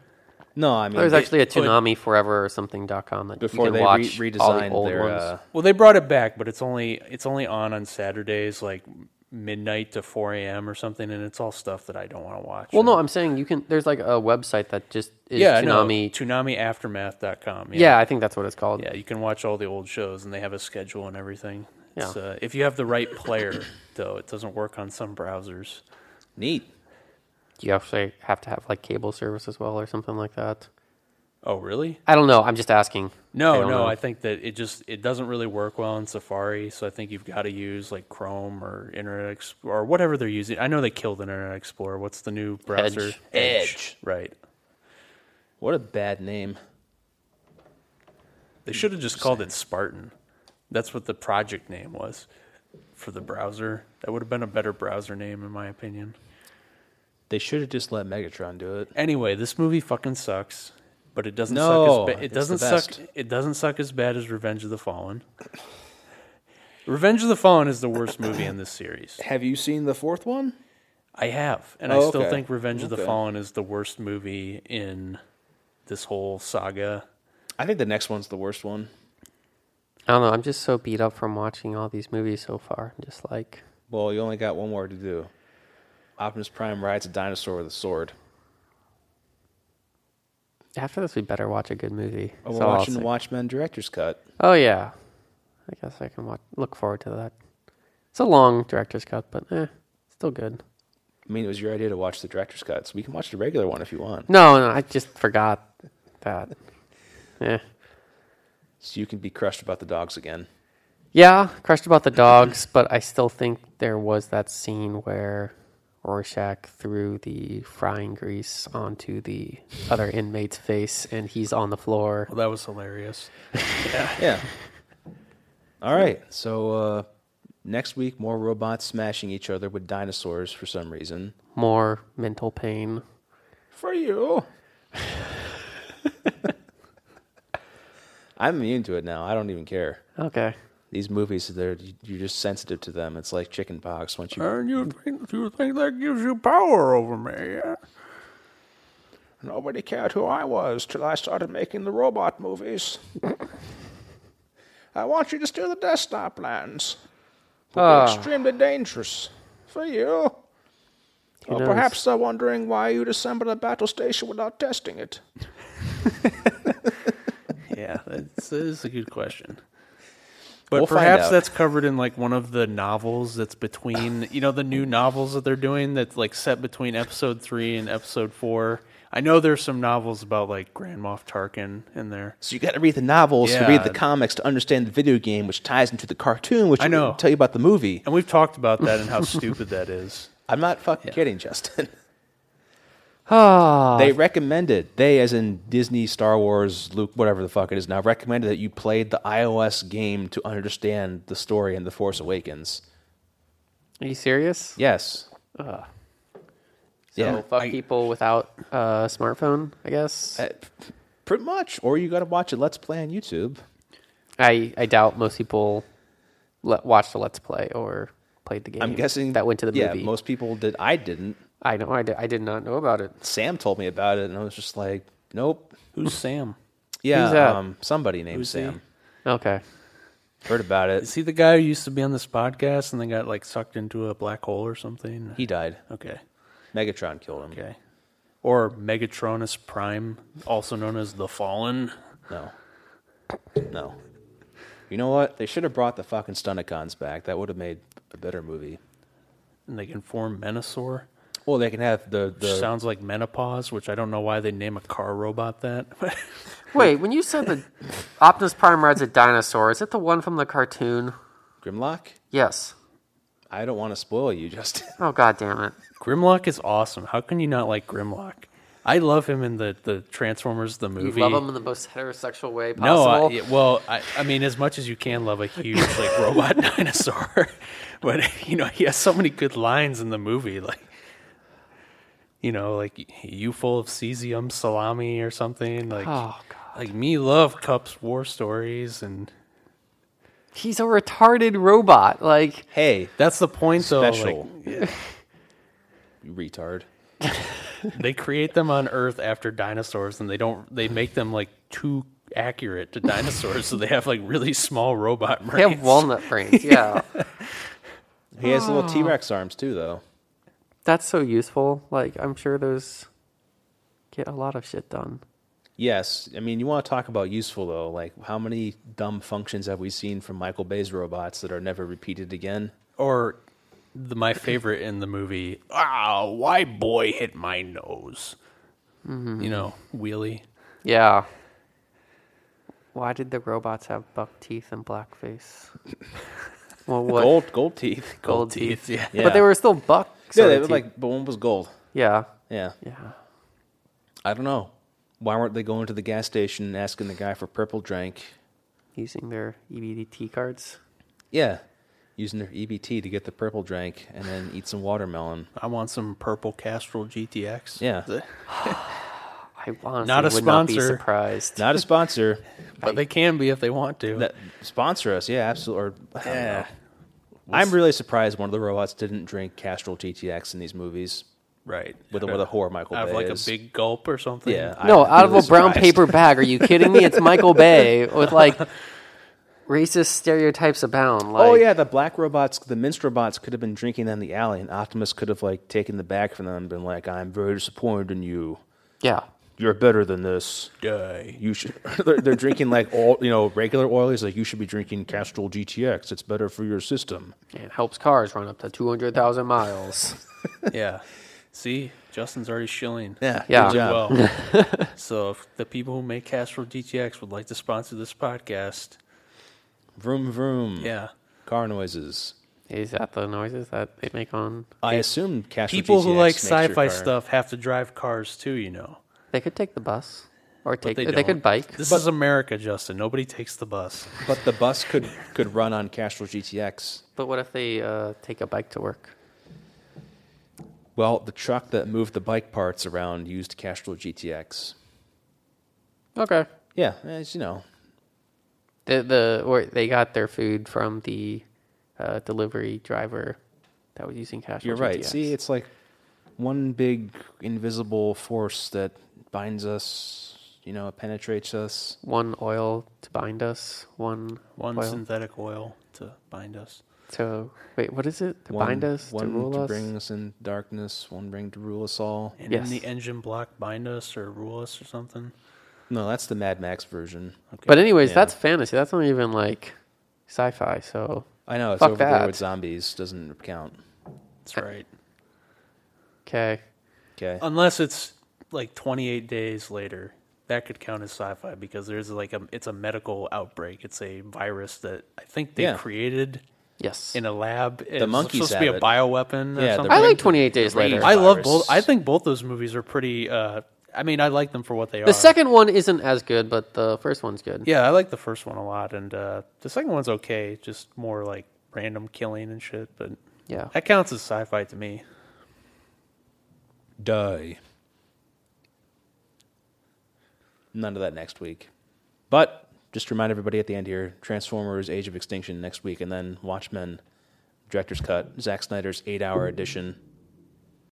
No, I mean
There's
they-
actually a
oh, it-
Toonami Forever or something dot com that
before
you can
they
watch
re-
all the
redesigned
old
their.
ones.
Uh,
Well, they brought it back, but it's only it's only on on Saturdays, like midnight to four a.m. or something, and it's all stuff that I don't want to watch.
Well, no,
And-
I'm saying you can. There's like a website that just is
yeah, I know.
Toonami.
ToonamiAftermath.com.
yeah. I think that's what it's called.
yeah, you can watch all the old shows, and they have a schedule and everything.
Yeah.
It's, uh, if you have the right player, though, it doesn't work on some browsers.
Neat.
You actually have to have like cable service as well or something like that.
Oh, really?
I don't know. I'm just asking. I
No,
don't
no.
know.
I think that it just it doesn't really work well in Safari, so I think you've got to use like Chrome or Internet Explorer or whatever they're using. I know they killed Internet Explorer. What's the new browser?
Edge.
Edge.
Right.
What a bad name.
They should have just called it Spartan. That's what the project name was for the browser. That would have been a better browser name, in my opinion.
They should have just let Megatron do it.
Anyway, this movie fucking sucks, but it doesn't
No,
suck. As ba- it
it's
doesn't
the
suck.
best.
It doesn't suck as bad as Revenge of the Fallen. Revenge of the Fallen is the worst movie in this series.
Have you seen the fourth one?
I have, and I
Oh,
still
okay.
think Revenge of the
Okay.
Fallen is the worst movie in this whole saga.
I think the next one's the worst one.
I don't know. I'm just so beat up from watching all these movies so far. I'm just like,
Well, you only got one more to do. Optimus Prime rides a dinosaur with a sword.
after this, we better watch a good movie.
Oh, we're
So I'll
watching
say-
Watchmen director's cut.
Oh yeah, I guess I can watch. Look forward to that. It's a long director's cut, but eh, still good.
I mean, it was your idea to watch the director's cut, so we can watch the regular one if you want.
No, no, I just forgot that. Eh.
So you can be crushed about the dogs again.
Yeah, crushed about the dogs, but I still think there was that scene where Rorschach threw the frying grease onto the other inmate's face, and he's on the floor.
Well, that was hilarious.
Yeah. All right. So uh, next week, more robots smashing each other with dinosaurs for some reason.
More mental pain.
For you. I'm immune to it now. I don't even care.
Okay.
These movies, they're you're just sensitive to them. It's like chicken pox. Once you
And you think you think that gives you power over me? Yeah?
Nobody cared who I was till I started making the robot movies. I want you to steal the Death Star plans. They're extremely dangerous for you. Or
knows?
perhaps they're wondering why you'd assemble a battle station without testing it.
Yeah, that's, that is a good question. But
We'll find
perhaps
out.
that's covered in like one of the novels that's between you know the new novels that they're doing that's like set between episode three and episode four. I know there's some novels about like Grand Moff Tarkin in there.
So you got to read the novels to read the
Yeah.
comics to understand the video game, which ties into the cartoon, which
I
will
know.
tell you about the movie.
And we've talked about that and how stupid that is.
I'm not fucking kidding, Justin.
Ah,
They recommended, they as in Disney, Star Wars, Luke, whatever the fuck it is now, recommended that you played the iOS game to understand the story in The Force Awakens.
are you serious?
Yes.
So
Yeah.
fuck
I-
people without a smartphone, I guess.
Uh, p- pretty much. Or you got to watch a Let's Play on YouTube.
I, I doubt most people le- watched the Let's Play or played the game.
I'm guessing
that went to the
yeah,
movie.
most people did. I didn't.
I know. I did, I did not know about it.
Sam told me about it, and I was just like, nope.
Who's Sam?
Yeah,
Who's that?
um, somebody named
Who's he?
Sam.
Okay.
Heard about
Is
it.
he the guy who used to be on this podcast and then got like sucked into a black hole or something?
He died.
okay.
Megatron killed him.
Okay. Or Megatronus Prime, also known as the Fallen.
No. No. You know what? They should have brought the fucking Stunicons back. That would have made a better movie.
And they can form Menosaur.
Well, they can have the
Which
the
sounds like menopause, which I don't know why they name a car robot that.
Wait, when you said the Optimus Prime rides a dinosaur, is it the one from the cartoon?
Grimlock.
Yes.
I don't want to spoil you, Justin.
Oh god damn it.
Grimlock is awesome. How can you not like Grimlock? I love him in the, the Transformers the
You
movie.
love him in the most heterosexual way
no,
possible.
I, yeah, well, I, I mean, as much as you can love a huge like robot dinosaur, but you know he has so many good lines in the movie, like you know, like you full of cesium salami or something, like
Oh,
like me love cups war stories, and
He's a retarded robot. Like
Hey,
that's the point.
Oh
Though, like,
special. you retard.
they create them on Earth after dinosaurs, and they don't. They make them like too accurate to dinosaurs, so they have like really small robot brains.
they have walnut brains. Yeah.
He has little T Rex arms too, though.
That's so useful. Like I'm sure those get a lot of shit done.
Yes, I mean you want to talk about useful though. Like, how many dumb functions have we seen from Michael Bay's robots that are never repeated again?
or the, my favorite in the movie. Ah, why boy hit my nose?
Mm-hmm.
You know, wheelie.
Yeah. Why did the robots have buck teeth and blackface? Well, what
Gold, gold teeth.
gold
teeth, yeah.
Yeah.
But they were still buck.
Yeah,
sort
they
of
were
teeth.
like, but one was gold.
yeah,
Yeah,
yeah.
I don't know. Why weren't they going to the gas station and asking the guy for purple drink
using their E EBDT cards.
Yeah, using their EBT to get the purple drink and then eat some watermelon.
I want some purple Castrol GTX.
Yeah.
I honestly
Not a
would not be
sponsor.
surprised.
Not a sponsor.
but they can be if they want to.
that sponsor us. Yeah, absolutely. Or, I don't
Yeah.
know. I'm really surprised one of the robots didn't drink Castrol GTX in these movies
right.
with a, with a whore Michael
Have
Bay
like
is.
a big gulp or something.
yeah. I'm
no, out of a
really
brown
surprised.
paper bag. Are you kidding me? It's Michael Bay with like racist stereotypes abound. Like,
oh yeah, the black robots, the minstrel robots could have been drinking down the alley, and Optimus could have like taken the bag from them and been like, "I'm very disappointed in you.
yeah.
You're better than this.
Die.
You should." they're, they're drinking like all you know regular oil. He's like, "You should be drinking Castrol GTX. It's better for your system."
It helps cars run up to two hundred thousand miles.
yeah. See, Justin's already shilling.
Yeah,
Yeah.
Good job.
Well, so if the people who make Castrol GTX would like to sponsor this podcast,
Vroom vroom.
yeah.
Car noises.
Is that the noises that they make on?
I assume Castrol
People who
GTX
like
makes your
sci-fi
car-
stuff have to drive cars too, you know.
They could take the bus or take.
they
They,
don't.
could bike.
This is America, Justin. Nobody takes the bus.
But the bus could could run on Castrol GTX.
But what if they uh, take a bike to work?
Well, the truck that moved the bike parts around used Castrol GTX.
Okay.
Yeah, as you know,
The the or they got their food from the uh, delivery driver that was using cash.
you're right. See, it's like one big invisible force that binds us. You know, penetrates us.
one oil to bind us, one
One
oil
synthetic oil to bind us.
to wait. What is it to
One,
bind us to
one
rule us?
bring us in darkness. One ring to rule us all.
And
Yes.
in the engine block, bind us or rule us or something.
No, that's the Mad Max version.
But anyways,
Yeah.
that's fantasy. That's not even like sci-fi. So
I know it's
Fuck
over
that.
there with zombies. Doesn't count.
That's right.
okay,
Okay.
Unless it's like 28 days later, that could count as sci-fi because there's like a it's a medical outbreak. It's a virus that I think they
Yeah.
created
yes.
in a lab. It's
monkeys
supposed to
have
be a
it.
bioweapon or
Yeah, the
something.
I like
Ring-
Twenty Eight Days
Ring-
Later.
I love
virus.
both. I think both those movies are pretty. Uh, I mean, I like them for what they are.
The second one isn't as good, but the first one's good.
yeah, I like the first one a lot, and uh, the second one's okay. Just more like random killing and shit, but
Yeah.
that counts as sci-fi to me.
Die. None of that next week. But just to remind everybody at the end here Transformers Age of Extinction next week, and then Watchmen, Director's Cut, Zack Snyder's eight hour edition.